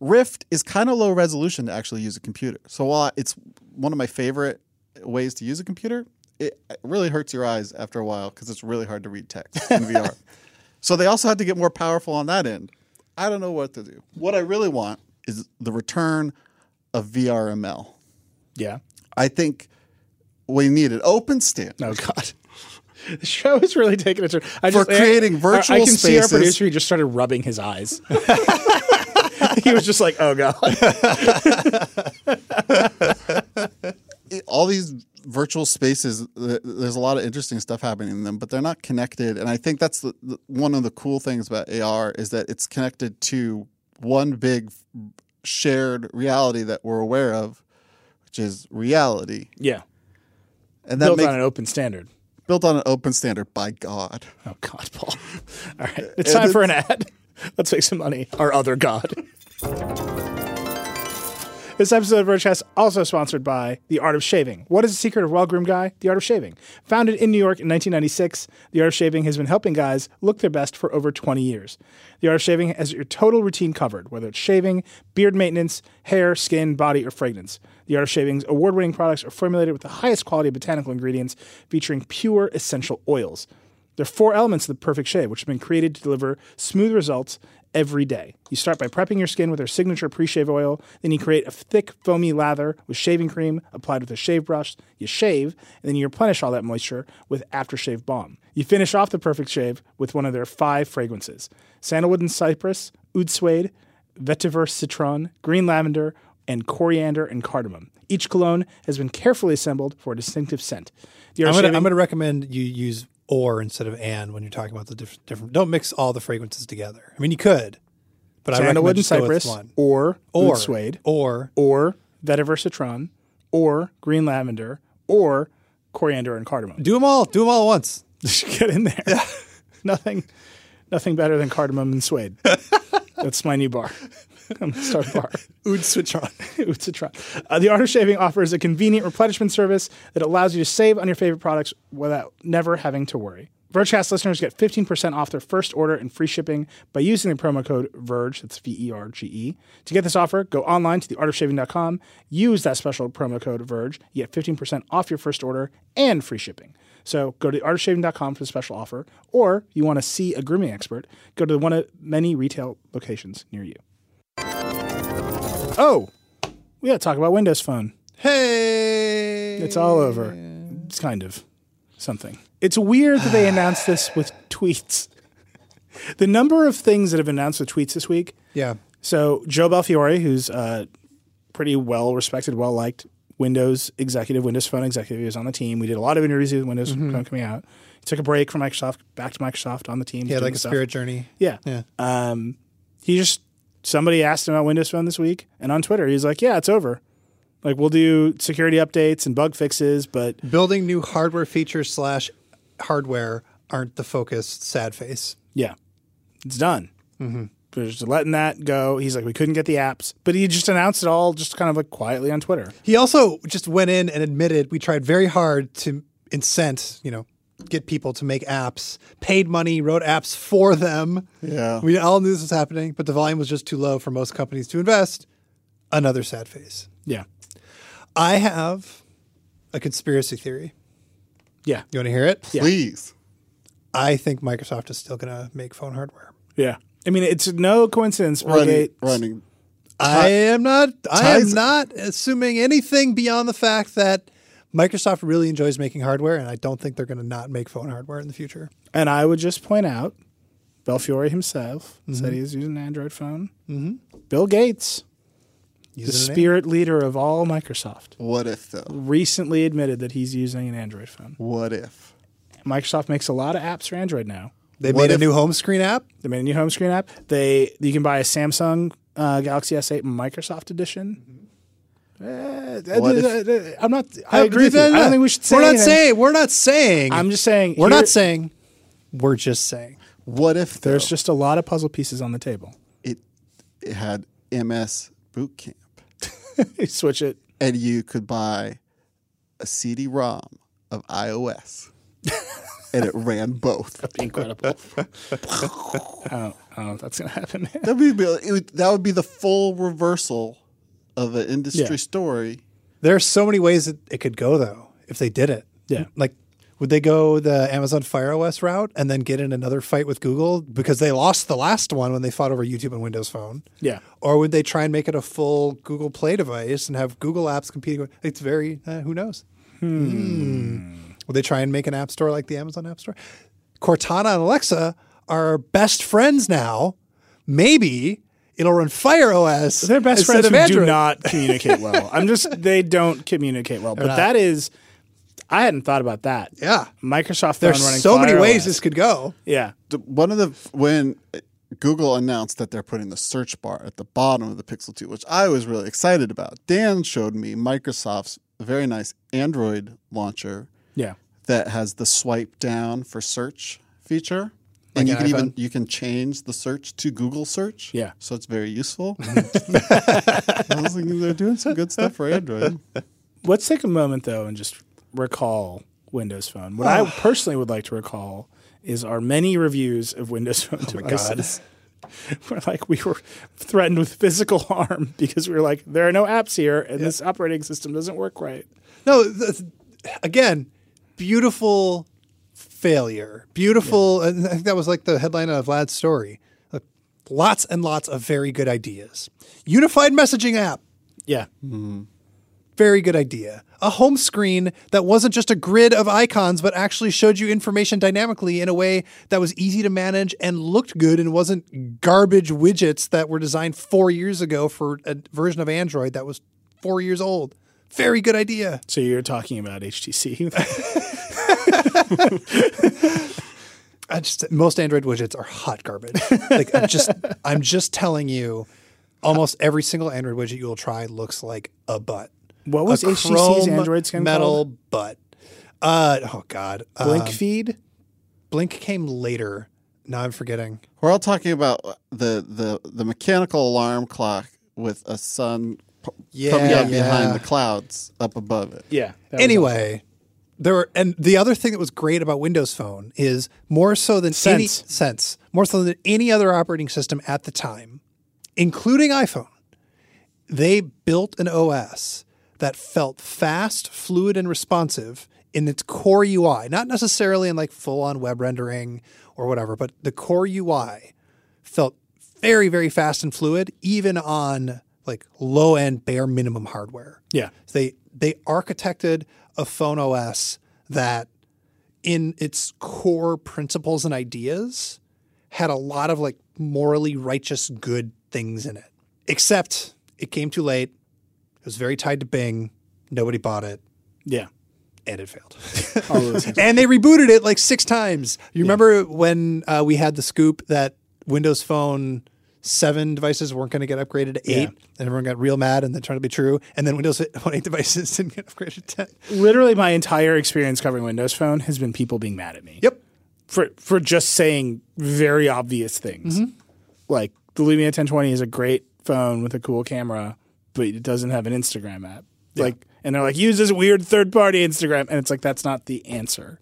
Speaker 3: Rift is kind of low resolution to actually use a computer. So while it's one of my favorite ways to use a computer, it really hurts your eyes after a while because it's really hard to read text in VR. So they also had to get more powerful on that end. I don't know what to do. What I really want is the return of VRML.
Speaker 1: Yeah.
Speaker 3: I think we need an open standard.
Speaker 1: Oh God. [LAUGHS] The show is really taking a turn. I just,
Speaker 3: For creating
Speaker 1: I-
Speaker 3: virtual
Speaker 1: I, can see our
Speaker 3: spaces.
Speaker 1: producer. He just started rubbing his eyes. [LAUGHS] he was just like, "Oh God." [LAUGHS]
Speaker 3: all these virtual spaces th- there's a lot of interesting stuff happening in them but they're not connected and i think that's the, the, one of the cool things about ar is that it's connected to one big shared reality that we're aware of which is reality
Speaker 1: Yeah.
Speaker 3: and that
Speaker 1: Built
Speaker 3: makes
Speaker 1: on an open standard.
Speaker 3: built on an open standard by god
Speaker 1: Oh God, Paul! All right, it's time for an ad. [LAUGHS] Let's make some money. Our other God. [LAUGHS] This episode of Roachcast also sponsored by The Art of Shaving. What is the secret of well-groomed guy? The Art of Shaving. Founded in New York in 1996, The Art of Shaving has been helping guys look their best for over 20 years. The Art of Shaving has your total routine covered, whether it's shaving, beard maintenance, hair, skin, body, or fragrance. The Art of Shaving's award-winning products are formulated with the highest quality botanical ingredients featuring pure essential oils. There are four elements of the perfect shave, which have been created to deliver smooth results every day. You start by prepping your skin with our signature pre shave oil, then you create a thick, foamy lather with shaving cream applied with a shave brush. You shave, and then you replenish all that moisture with aftershave balm. You finish off the perfect shave with one of their five fragrances sandalwood and cypress, oud suede, vetiver citron, green lavender, and coriander and cardamom. Each cologne has been carefully assembled for a distinctive scent. The
Speaker 2: I'm
Speaker 1: Irish
Speaker 2: gonna,
Speaker 1: Shaving-
Speaker 2: I'm gonna recommend you use or instead of and when you're talking about the diff- different. Don't mix all the fragrances together. I mean, you could, but I recommend
Speaker 1: sandalwood and
Speaker 2: just go with
Speaker 1: cypress,
Speaker 2: one.
Speaker 1: or
Speaker 2: or
Speaker 1: oud suede,
Speaker 2: or
Speaker 1: or vetiver citron, or green lavender, or coriander and cardamom.
Speaker 2: [LAUGHS] do them all. Do them all at once.
Speaker 1: Get in there. [LAUGHS] nothing, nothing better than cardamom and suede. That's my new bar. I'm gonna start a bar. Oud citron. [LAUGHS] Oud citron. Uh, the Art of Shaving offers a convenient replenishment service that allows you to save on your favorite products without never having to worry. Vergecast listeners get 15% off their first order and free shipping by using the promo code VERGE, that's V E R G E. To get this offer, go online to theartofshaving.com, use that special promo code VERGE, you get 15% off your first order and free shipping. So go to artofshaving.com for the special offer, or you want to see a grooming expert, go to one of many retail locations near you. Oh, we got to talk about Windows Phone.
Speaker 2: Hey,
Speaker 1: It's all over. It's kind of something. It's weird that they announced this with tweets. The number of things that have been announced with tweets this week.
Speaker 2: yeah.
Speaker 1: So Joe Belfiore, who's a pretty well respected, well liked Windows executive, Windows Phone executive, he was on the team. We did a lot of interviews with Windows
Speaker 2: Mm-hmm.
Speaker 1: Phone coming out. He took a break from Microsoft, back to Microsoft on the team.
Speaker 2: Yeah,
Speaker 1: doing
Speaker 2: like a
Speaker 1: stuff.
Speaker 2: spirit journey.
Speaker 1: Yeah.
Speaker 2: Yeah.
Speaker 1: Um, he just somebody asked him about Windows Phone this week, and on Twitter he's like, "Yeah, it's over. Like we'll do security updates and bug fixes, but
Speaker 2: Building new hardware features slash hardware aren't the focus. Sad face.
Speaker 1: yeah, it's done." They're just letting that go. He's like, "We couldn't get the apps," but he just announced it all, just kind of like quietly on Twitter.
Speaker 2: He also just went in and admitted we tried very hard to incent, you know, get people to make apps, paid money, wrote apps for them.
Speaker 3: Yeah.
Speaker 2: We all knew this was happening, but the volume was just too low for most companies to invest. Another sad face.
Speaker 1: Yeah,
Speaker 2: I have a conspiracy theory.
Speaker 1: yeah,
Speaker 2: You want to hear it?
Speaker 1: Yeah.
Speaker 3: Please.
Speaker 2: I think Microsoft is still going to make phone hardware.
Speaker 1: yeah. I mean, it's no coincidence. Bill
Speaker 3: Running,
Speaker 1: Gates-
Speaker 3: running.
Speaker 2: I am not. I am
Speaker 3: Ties-
Speaker 2: not assuming anything beyond the fact that Microsoft really enjoys making hardware, and I don't think they're going to not make phone hardware in the future.
Speaker 1: And I would just point out, Belfiore himself said he was using an Android phone. Mm-hmm. Bill Gates, the
Speaker 2: Using an
Speaker 1: spirit leader of all Microsoft.
Speaker 3: What if though?
Speaker 1: recently admitted that he's using an Android phone.
Speaker 3: What if?
Speaker 1: Microsoft makes a lot of apps for Android now.
Speaker 2: They
Speaker 3: What
Speaker 2: made a
Speaker 3: if-
Speaker 2: new home screen app.
Speaker 1: They made a new home screen app. They you can buy a Samsung uh, Galaxy S8 Microsoft edition. Eh,
Speaker 3: What
Speaker 1: I'm not. I agree. With you. I don't think we should say.
Speaker 2: We're not
Speaker 1: anything.
Speaker 2: saying. We're not saying.
Speaker 1: I'm just saying.
Speaker 2: We're
Speaker 1: here-
Speaker 2: not saying. We're just saying.
Speaker 3: What if though
Speaker 1: There's just a lot of puzzle pieces on the table. [LAUGHS]
Speaker 3: it, it had MS boot camp
Speaker 1: You Switch it.
Speaker 3: and you could buy a CD-ROM of iOS and it ran both.
Speaker 1: Incredible. I, don't, Oh, I don't know if that's gonna happen. [LAUGHS]
Speaker 3: That would be it would, that would be the full reversal of an industry
Speaker 1: Yeah.
Speaker 3: story.
Speaker 2: There are so many ways that it could go though if they did it.
Speaker 1: Yeah.
Speaker 2: Like would they go the Amazon Fire OS route and then get in another fight with Google because they lost the last one when they fought over YouTube and Windows Phone?
Speaker 1: yeah.
Speaker 2: Or would they try and make it a full Google Play device and have Google apps competing? with It's very uh, who knows. Hmm. Would they try and make an app store like the Amazon App Store? Cortana and Alexa are best friends now. Maybe it'll run Fire OS.
Speaker 1: They're best
Speaker 2: instead
Speaker 1: friends
Speaker 2: of
Speaker 1: who do
Speaker 2: Android. [LAUGHS]
Speaker 1: not communicate well. I'm just they don't communicate well. But that is, I hadn't thought about that.
Speaker 2: Yeah.
Speaker 1: Microsoft.
Speaker 2: There's
Speaker 1: phone running
Speaker 2: so many
Speaker 1: Fire
Speaker 2: ways
Speaker 1: OS.
Speaker 2: this could go.
Speaker 1: yeah,
Speaker 3: The- One of the when Google announced that they're putting the search bar at the bottom of the Pixel 2, which I was really excited about. Dan showed me Microsoft's very nice Android launcher
Speaker 1: yeah,
Speaker 3: that has the swipe down for search feature. and you
Speaker 2: an
Speaker 3: can even you can change the search to Google search.
Speaker 1: Yeah.
Speaker 3: So it's very [LAUGHS] useful. I was thinking they're doing some good stuff for Android.
Speaker 1: Let's take a moment though and just recall Windows Phone. What
Speaker 2: Ah.
Speaker 1: I personally would like to recall is our many reviews of Windows Phone
Speaker 2: Oh
Speaker 1: devices. [LAUGHS] We're like we were threatened with physical harm [LAUGHS] because we were like there are no apps here and this operating system doesn't work right.
Speaker 2: No, th- again, beautiful failure. Beautiful. And I think that was like the headline of Vlad's story. Uh, Lots and lots of very good ideas. Unified messaging app,
Speaker 1: Yeah,
Speaker 2: very good idea. A home screen that wasn't just a grid of icons, but actually showed you information dynamically in a way that was easy to manage and looked good and wasn't garbage widgets that were designed four years ago for a version of Android that was four years old. Very good idea.
Speaker 1: so you're talking about [LAUGHS] HTC.
Speaker 2: I just most Android widgets are hot garbage. [LAUGHS] like I'm just I'm just telling you, almost every single Android widget you will try looks like a butt.
Speaker 1: What was
Speaker 2: a
Speaker 1: HTC's
Speaker 2: chrome
Speaker 1: Android skin
Speaker 2: metal
Speaker 1: called?
Speaker 2: butt? Uh, oh God,
Speaker 1: Blink
Speaker 2: Um,
Speaker 1: feed.
Speaker 2: Blink came later. Now I'm forgetting.
Speaker 3: We're all talking about the the the mechanical alarm clock with a sun p- coming
Speaker 2: Yeah.
Speaker 3: out
Speaker 2: Yeah.
Speaker 3: behind the clouds up above it.
Speaker 1: Yeah. that was
Speaker 2: Anyway, there were, and the other thing that was great about Windows Phone is more so than any
Speaker 1: Sense.
Speaker 2: sense, more so than any other operating system at the time, including iPhone, they built an OS that felt fast, fluid, and responsive in its core UI, not necessarily in like full on web rendering or whatever, but the core UI felt very, very fast and fluid, even on like low end bare minimum hardware.
Speaker 1: Yeah.
Speaker 2: So they they architected a phone OS that in its core principles and ideas had a lot of like morally righteous good things in it. Except it came too late. It was very tied to Bing. Nobody bought it
Speaker 1: Yeah.
Speaker 2: and it failed. [LAUGHS]
Speaker 1: All those things.
Speaker 2: and they rebooted it like six times. You remember when uh, we had the scoop that Windows Phone 7 devices weren't going to get upgraded to 8
Speaker 1: Yeah.
Speaker 2: and everyone got real mad and that turned out to be true. And then Windows [LAUGHS] Phone 8 devices didn't get upgraded to 10.
Speaker 1: Literally, my entire experience covering Windows Phone has been people being mad at me.
Speaker 2: Yep.
Speaker 1: for for just saying very obvious things.
Speaker 2: Mm-hmm.
Speaker 1: Like the Lumia 1020 is a great phone with a cool camera, but it doesn't have an Instagram app. Like, and they're like, use this weird third party Instagram, and it's like that's not the answer.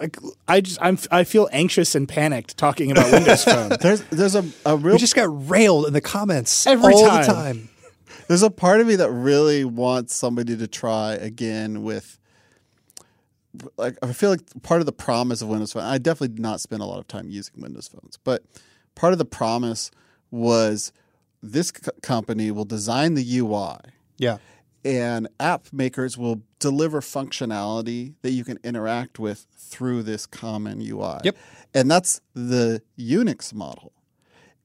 Speaker 1: Like, I just I'm I feel anxious and panicked talking about Windows [LAUGHS] Phone.
Speaker 3: There's there's a, a real
Speaker 2: We just got railed in the comments
Speaker 1: Every
Speaker 2: all
Speaker 1: time.
Speaker 2: the time.
Speaker 3: there's a part of me that really wants somebody to try again with like I feel like part of the promise of Windows Phone. I definitely did not spend a lot of time using Windows phones, but part of the promise was this c- company will design the UI
Speaker 2: Yeah.
Speaker 3: and app makers will deliver functionality that you can interact with through this common UI.
Speaker 2: Yep.
Speaker 3: And that's the Unix model.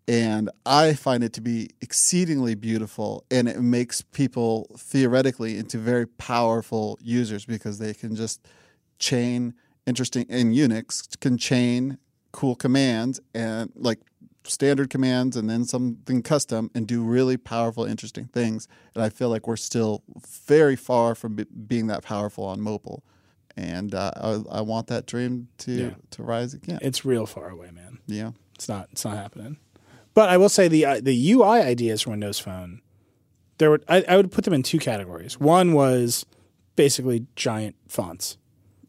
Speaker 3: And I find it to be exceedingly beautiful. And it makes people theoretically into very powerful users because they can just chain interesting in Unix can chain cool commands and like standard commands and then something custom and do really powerful interesting things and i feel like we're still very far from be- being that powerful on mobile and uh, I, I want that dream to
Speaker 1: Yeah.
Speaker 3: to rise again
Speaker 1: It's real far away, man.
Speaker 3: yeah
Speaker 1: It's not. It's not happening. But I will say the uh, the UI ideas for Windows Phone, there were I, I would put them in two categories. One was basically giant fonts.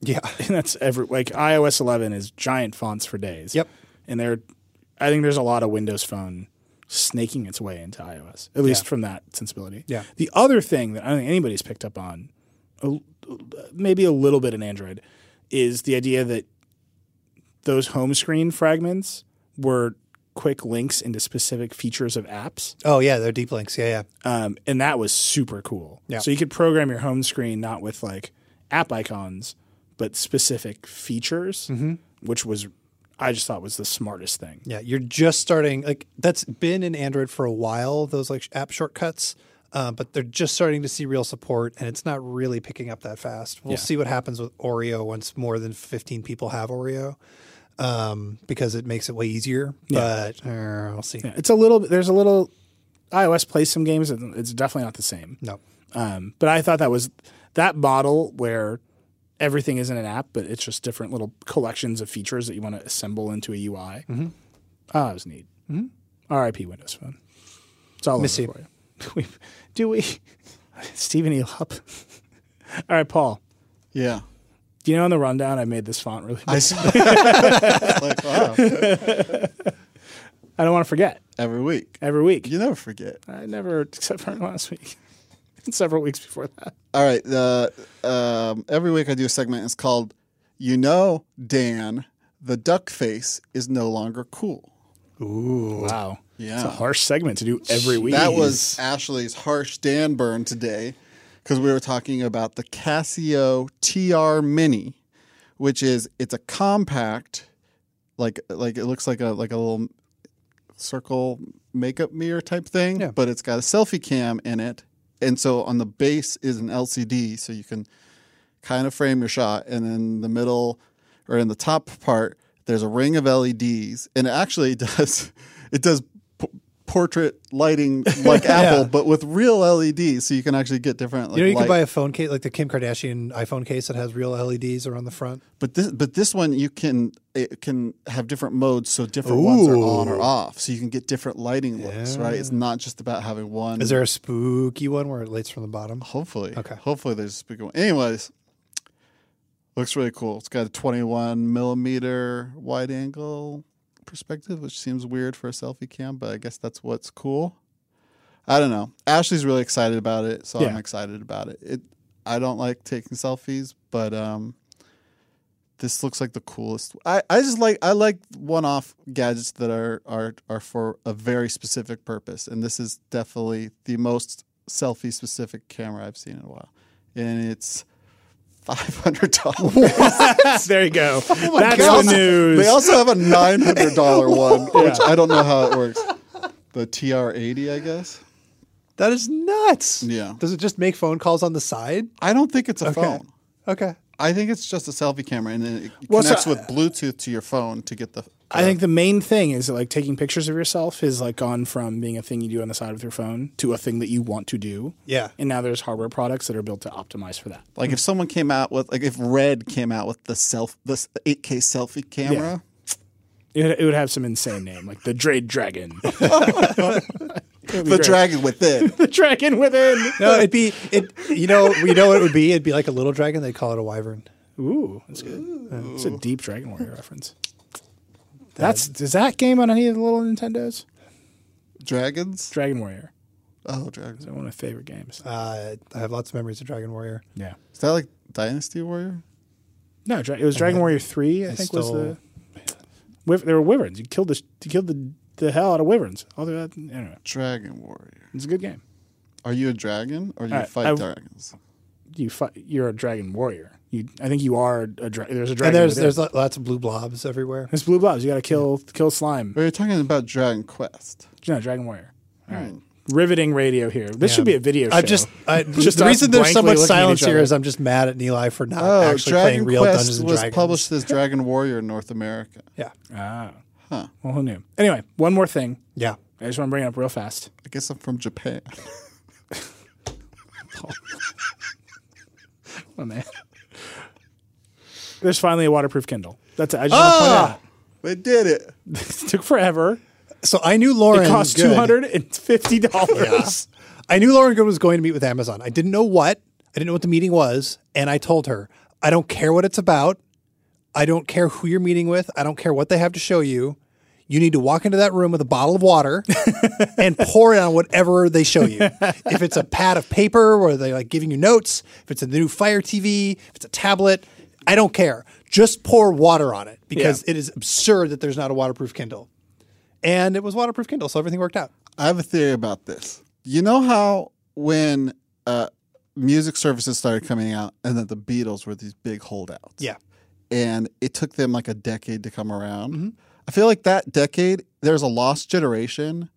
Speaker 2: Yeah.
Speaker 1: [LAUGHS] and that's every like iOS 11 is giant fonts for days.
Speaker 2: Yep.
Speaker 1: And there, I think there's a lot of Windows Phone snaking its way into iOS, at least
Speaker 2: Yeah.
Speaker 1: from that sensibility.
Speaker 2: Yeah.
Speaker 1: The other thing that I don't think anybody's picked up on, a- maybe a little bit in Android, is the idea that those home screen fragments were quick links into specific features of apps
Speaker 2: Oh, yeah. They're deep links. Yeah. Yeah.
Speaker 1: um, and that was super cool.
Speaker 2: Yeah.
Speaker 1: So you could program your home screen not with like app icons, but specific features,
Speaker 2: Mm-hmm.
Speaker 1: which was I just thought was the smartest thing.
Speaker 2: Yeah, you're just starting. Like that's been in Android for a while. Those like sh- app shortcuts, uh, but they're just starting to see real support, and it's not really picking up that fast. We'll
Speaker 1: Yeah.
Speaker 2: see what happens with Oreo once more than 15 people have Oreo, um, because it makes it way easier. But uh, we'll see.
Speaker 1: Yeah, It's a little. There's a little. iOS plays some games. and It's definitely not the same.
Speaker 2: No,
Speaker 1: Um, but I thought that was that model where everything isn't an app, but it's just different little collections of features that you want to assemble into a UI. Oh, that was neat. R.I.P. Windows Phone. It's all
Speaker 2: Miss
Speaker 1: over for you. [LAUGHS] We- Do we? Stephen E. Up. [LAUGHS] all right, Paul.
Speaker 3: [LAUGHS] yeah
Speaker 1: Do you know on the rundown I made this font really?
Speaker 3: i
Speaker 1: big?
Speaker 3: s- It's like wow
Speaker 1: I don't want to forget
Speaker 3: every week
Speaker 1: every week.
Speaker 3: you never forget
Speaker 1: I never, [LAUGHS] except for last week, [LAUGHS] and several weeks before that.
Speaker 3: all right uh, um, every week i do a segment it's called you know dan the duck face is no longer cool
Speaker 1: Wow.
Speaker 3: Yeah.
Speaker 1: It's a harsh segment to do every week.
Speaker 3: That was Ashley's harsh Dan burn today because we were talking about the Casio TR Mini, which is it's a compact, like like it looks like a like a little circle makeup mirror type thing,
Speaker 2: Yeah.
Speaker 3: but it's got a selfie cam in it, and so on the base is an LCD, so you can kind of frame your shot, and in the middle or in the E [LAUGHS] top part, there's a ring of LEDs, and it actually does it does p- portrait
Speaker 2: [LAUGHS]
Speaker 3: lighting like Apple, but with real LEDs, so you can actually get different. Like,
Speaker 2: You know, you
Speaker 3: light.
Speaker 2: can buy a phone case, like the Kim Kardashian iPhone case that has real LEDs around the front.
Speaker 3: But this, but this one you can it can have different modes, so different ones are on or off, so you can get different lighting looks. Right? It's not just about having one.
Speaker 2: Is there a spooky one where it lights from the bottom?
Speaker 3: Hopefully,
Speaker 2: Okay.
Speaker 3: Hopefully, there's a speaker one. Anyways, looks really cool. It's got a 21 millimeter wide angle perspective, which seems weird for a selfie cam, but I guess that's what's cool. I don't know. Ashley's really excited about it, so I'm
Speaker 1: Yeah.
Speaker 3: excited about it. It. I don't like taking selfies, but um, this looks like the coolest. I, I just like I like one off gadgets that are, are are for a very specific purpose, and this is definitely the most selfie specific camera I've seen in a while, and it's five
Speaker 1: [LAUGHS]
Speaker 3: hundred dollars.
Speaker 1: [LAUGHS] there you go.
Speaker 3: [LAUGHS]
Speaker 1: That's the news.
Speaker 3: Oh They also have a nine
Speaker 1: [LAUGHS]
Speaker 3: hundred dollar one, which I don't know how it works. The TR eighty, I guess.
Speaker 2: That is nuts.
Speaker 3: Yeah.
Speaker 2: Does it just make phone calls on the side? Oh,
Speaker 3: I don't think it's a phone.
Speaker 2: Okay.
Speaker 3: I think it's just a selfie camera, and then it
Speaker 1: Well, so-
Speaker 3: connects with Bluetooth to your phone to get the.
Speaker 1: I think the main thing is that, like taking pictures of yourself is like gone from being a thing you do on the side with your phone to a thing that you want to do.
Speaker 2: Yeah.
Speaker 1: And now there's hardware products that are built to optimize for that.
Speaker 3: Like if someone came out with like if Red came out with the self this 8K selfie camera,
Speaker 1: It, would- it would have some insane name, like the Dread Dragon.
Speaker 3: the dragon [LAUGHS] within.
Speaker 1: [LAUGHS] the Dragon Within.
Speaker 2: No, it'd be it. You know, you know what it would be. It'd be like a little dragon. They call it a wyvern.
Speaker 1: Ooh, that's good. Uh, It's a deep Dragon Warrior reference. That's is that game on any of the little Nintendos?
Speaker 3: Dragons?
Speaker 1: Dragon Warrior.
Speaker 3: Oh, dragons.
Speaker 1: It's one of my favorite games.
Speaker 2: Uh, I have lots of memories of Dragon Warrior.
Speaker 1: Yeah.
Speaker 3: Is that like Dynasty Warrior?
Speaker 1: No, dra- it was Dragon Warrior three. I think was
Speaker 2: stole-
Speaker 1: the. Wyv- there were wyverns. You killed the sh- you killed the the hell out of wyverns. All through that anyway.
Speaker 3: Dragon Warrior.
Speaker 1: It's a good game.
Speaker 3: Are you a dragon or do you
Speaker 1: Alright,
Speaker 3: fight
Speaker 1: I-
Speaker 3: dragons?
Speaker 1: You fight, you're a dragon warrior. You, I think you are a dra- there's a
Speaker 2: And
Speaker 1: dragon.
Speaker 2: there's
Speaker 1: within.
Speaker 2: there's lo- lots of blue blobs everywhere.
Speaker 1: It's blue blobs. You got to kill kill slime.
Speaker 3: But you're talking about Dragon Quest.
Speaker 1: No, Dragon Warrior. All right.
Speaker 3: Hmm.
Speaker 1: Riveting radio here. This
Speaker 2: Yeah.
Speaker 1: should be a video.
Speaker 2: I'm
Speaker 1: show.
Speaker 2: just,
Speaker 1: [LAUGHS]
Speaker 2: I,
Speaker 1: Just
Speaker 2: the
Speaker 1: us
Speaker 2: reason there's so
Speaker 1: blankly
Speaker 2: much
Speaker 1: looking at
Speaker 2: silence
Speaker 1: each
Speaker 2: here
Speaker 1: other.
Speaker 2: is I'm just mad at Neil for not
Speaker 3: Oh,
Speaker 2: actually
Speaker 3: Dragon
Speaker 2: playing real
Speaker 3: Quest
Speaker 2: Dungeons and
Speaker 3: was
Speaker 2: Dragons. [LAUGHS]
Speaker 3: published as Dragon Warrior in North America.
Speaker 2: Yeah,
Speaker 1: ah. Well, who knew? Anyway, one more thing.
Speaker 2: yeah.
Speaker 1: I just want to bring it up real fast.
Speaker 3: I guess I'm from Japan.
Speaker 1: Oh man. there's finally a waterproof Kindle. That's it. I just
Speaker 2: Ah!
Speaker 1: want to
Speaker 3: they did it.
Speaker 1: point out. [LAUGHS] it took forever.
Speaker 2: So I knew Lauren.
Speaker 1: It cost
Speaker 2: Good-
Speaker 1: two hundred and fifty dollars.
Speaker 2: [LAUGHS] I knew Lauren Good was going to meet with Amazon. I didn't know what. I didn't know what the meeting was, and I told her, I don't care what it's about. I don't care who you're meeting with. I don't care what they have to show you. You need to walk into that room with a bottle of water and pour it on whatever they show you. If it's a pad of paper where they're like giving you notes, if it's a new Fire TV, if it's a tablet, I don't care. Just pour water on it because it is absurd that there's not a waterproof Kindle. And it was waterproof Kindle, so everything worked out.
Speaker 3: I have a theory about this. You know how when uh, music services started coming out, and that the Beatles were these big holdouts,
Speaker 2: Yeah.
Speaker 3: and it took them like a decade to come around. I feel like that decade, there's a lost generation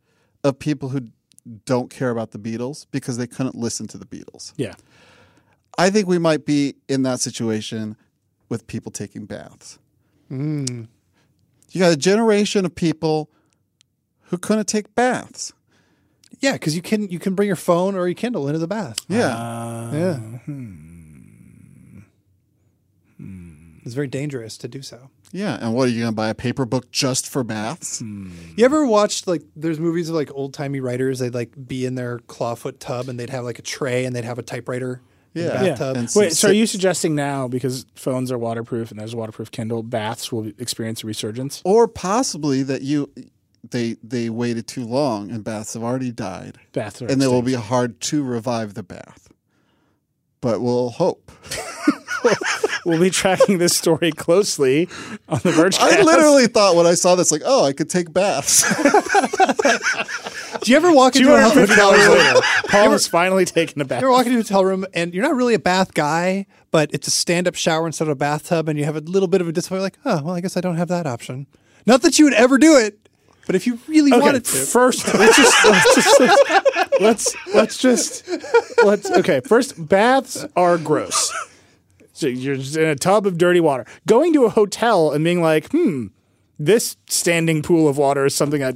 Speaker 3: of people who don't care about the Beatles because they couldn't listen to the Beatles.
Speaker 1: yeah.
Speaker 3: I think we might be in that situation with people taking baths. You got a generation of people who couldn't take baths.
Speaker 2: Yeah, because you can you can bring your phone or your Kindle into the bath.
Speaker 3: Yeah.
Speaker 2: yeah. It's very dangerous to do so.
Speaker 3: Yeah, and what are you going to buy a paper book just for baths?
Speaker 2: You ever watched like there's movies of like old timey writers? They'd like be in their clawfoot tub and they'd have like a tray and they'd have a typewriter. in the
Speaker 3: Yeah. Yeah.
Speaker 2: bathtub.
Speaker 3: And-
Speaker 1: [LAUGHS] Wait, so are
Speaker 3: sit-
Speaker 1: you suggesting now because phones are waterproof and there's a waterproof Kindle, baths will experience a resurgence?
Speaker 3: Or possibly that you they they waited too long and baths have already died.
Speaker 1: Baths are
Speaker 3: and it will be hard to revive the bath. But we'll [LAUGHS] hope.
Speaker 1: We'll be tracking this story closely on the Verge.
Speaker 3: I literally thought when I saw this like, "Oh, I could take baths." [LAUGHS]
Speaker 2: Do you ever walk
Speaker 1: two
Speaker 2: into a
Speaker 1: hundred
Speaker 2: hotel
Speaker 1: fifty
Speaker 3: [LAUGHS]
Speaker 1: dollars later. Paul's finally taking a bath.
Speaker 2: You're walking into a hotel room and you're not really a bath guy, but it's a stand up shower instead of a bathtub, and you have a little bit of a disappointment like, oh, well, I guess I don't have that option. Not that you would ever do it, but if you really
Speaker 1: Okay,
Speaker 2: wanted to.
Speaker 1: first let's just let's just let's let's just let's okay. First, baths are gross. So you're just in a tub of dirty water. Going to a hotel and being like, hmm, This standing pool of water is something I.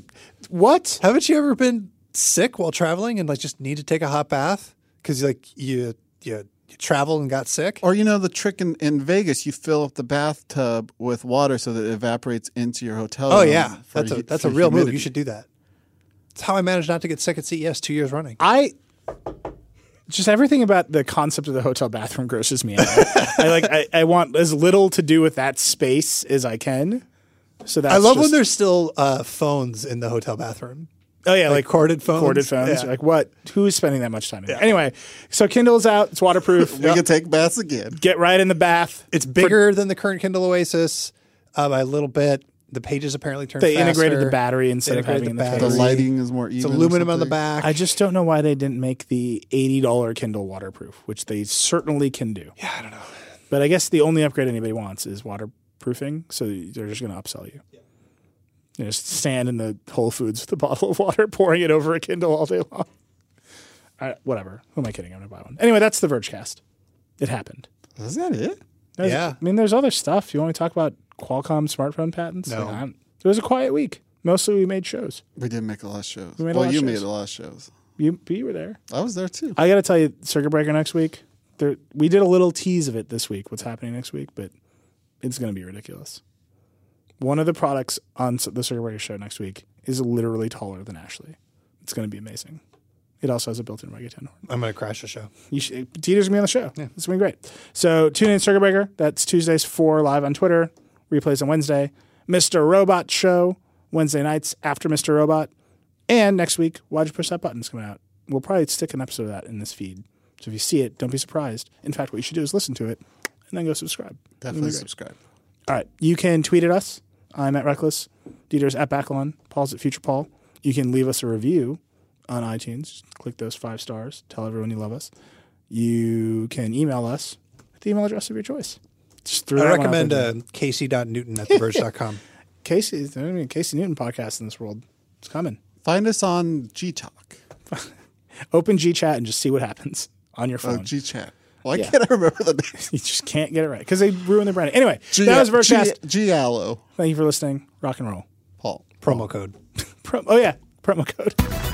Speaker 1: What?
Speaker 2: Haven't you ever been sick while traveling and like just need to take a hot bath because like you you you traveled and got sick?
Speaker 3: Or you know the trick in, in Vegas, you fill up the bathtub with water so that it evaporates into your hotel.
Speaker 2: oh
Speaker 3: room
Speaker 2: yeah,
Speaker 3: um, for
Speaker 2: that's a
Speaker 3: hu-
Speaker 2: that's
Speaker 3: for
Speaker 2: a real move.
Speaker 3: humidity.
Speaker 2: You should do that. It's how I managed not to get sick at CES two years running.
Speaker 1: I just everything about the concept of the hotel bathroom grosses me out. I like I, I want as little to do with that space as I can. So that's
Speaker 2: I love when
Speaker 1: just-
Speaker 2: there's still uh, phones in the hotel bathroom.
Speaker 1: oh yeah like,
Speaker 2: corded phones.
Speaker 1: corded phones.
Speaker 2: Yeah.
Speaker 1: Like what? Who's spending that much time? In there? Anyway, so Kindle's out. It's waterproof.
Speaker 3: We can take baths again.
Speaker 1: Get right in the bath.
Speaker 2: It's bigger than the current Kindle Oasis uh, by a little bit. The pages apparently turn.
Speaker 1: They integrated the
Speaker 2: faster.
Speaker 1: battery instead of
Speaker 2: Integrated
Speaker 1: having the
Speaker 3: The
Speaker 1: battery.
Speaker 3: lighting is more even.
Speaker 2: It's
Speaker 3: or
Speaker 2: aluminum on the
Speaker 3: something.
Speaker 2: back.
Speaker 1: I just don't know why they didn't make the eighty dollar Kindle waterproof, which they certainly can do. Yeah, I don't know. But I guess the only upgrade anybody wants is waterproofing, so they're just going to upsell you. You just stand in the Whole Foods with a bottle of water, [LAUGHS] pouring it over a Kindle all day long. I, whatever. Who am I kidding? I'm going to buy one. Anyway, that's the Vergecast. It happened.
Speaker 3: Is that it?
Speaker 1: There's-
Speaker 2: Yeah.
Speaker 1: I mean, there's other stuff. You want me to talk about Qualcomm smartphone patents?
Speaker 2: No.
Speaker 1: Like, I'm- it was a quiet week. Mostly we made shows.
Speaker 3: We did make a lot of shows.
Speaker 1: made a
Speaker 3: well,
Speaker 1: lot of
Speaker 3: you
Speaker 1: shows.
Speaker 3: made a lot of shows.
Speaker 1: You, you were there.
Speaker 3: I was there too.
Speaker 1: I got to tell you, Circuit Breaker next week. There, we did a little tease of it this week. What's happening next week? But it's going to be ridiculous. One of the products on s- the Circuit Breaker show next week is literally taller than Ashley. It's going to be amazing. It also has a built-in reggaeton horn.
Speaker 2: I'm gonna crash the show.
Speaker 1: You should, Dieter's gonna be on the show. It's gonna be great. So tune in Circuit Breaker. That's Tuesdays four live on Twitter. Replays on Wednesday. Mr. Robot show Wednesday nights after Mr. Robot. And next week, why'd you push that button's coming out? We'll probably stick an episode of that in this feed. So if you see it, don't be surprised. In fact, what you should do is listen to it and then go subscribe.
Speaker 3: Definitely subscribe.
Speaker 1: All right. You can tweet at us. I'm at Reckless. Dieter's at Backlon. Paul's at Future Paul. You can leave us a review on iTunes. Just click those five stars. Tell everyone you love us. You can email us at the email address of your choice. Just through
Speaker 2: I recommend uh, Casey.Newton at theverge.com.
Speaker 1: Casey. There's gonna be a Casey Newton podcast in this world. It's coming.
Speaker 3: Find us on Oh, GTalk.
Speaker 1: Open G Chat and just see what happens on your
Speaker 3: Oh,
Speaker 1: phone.
Speaker 3: GChat. Why can't I remember
Speaker 1: [LAUGHS]
Speaker 3: the name?
Speaker 1: you just can't get it right because they ruined the branding. Anyway, that was Vercast.
Speaker 3: G- Giallo.
Speaker 1: Thank you for listening. Rock and roll.
Speaker 3: Paul.
Speaker 2: Promo code.
Speaker 1: Pro- oh yeah, promo code.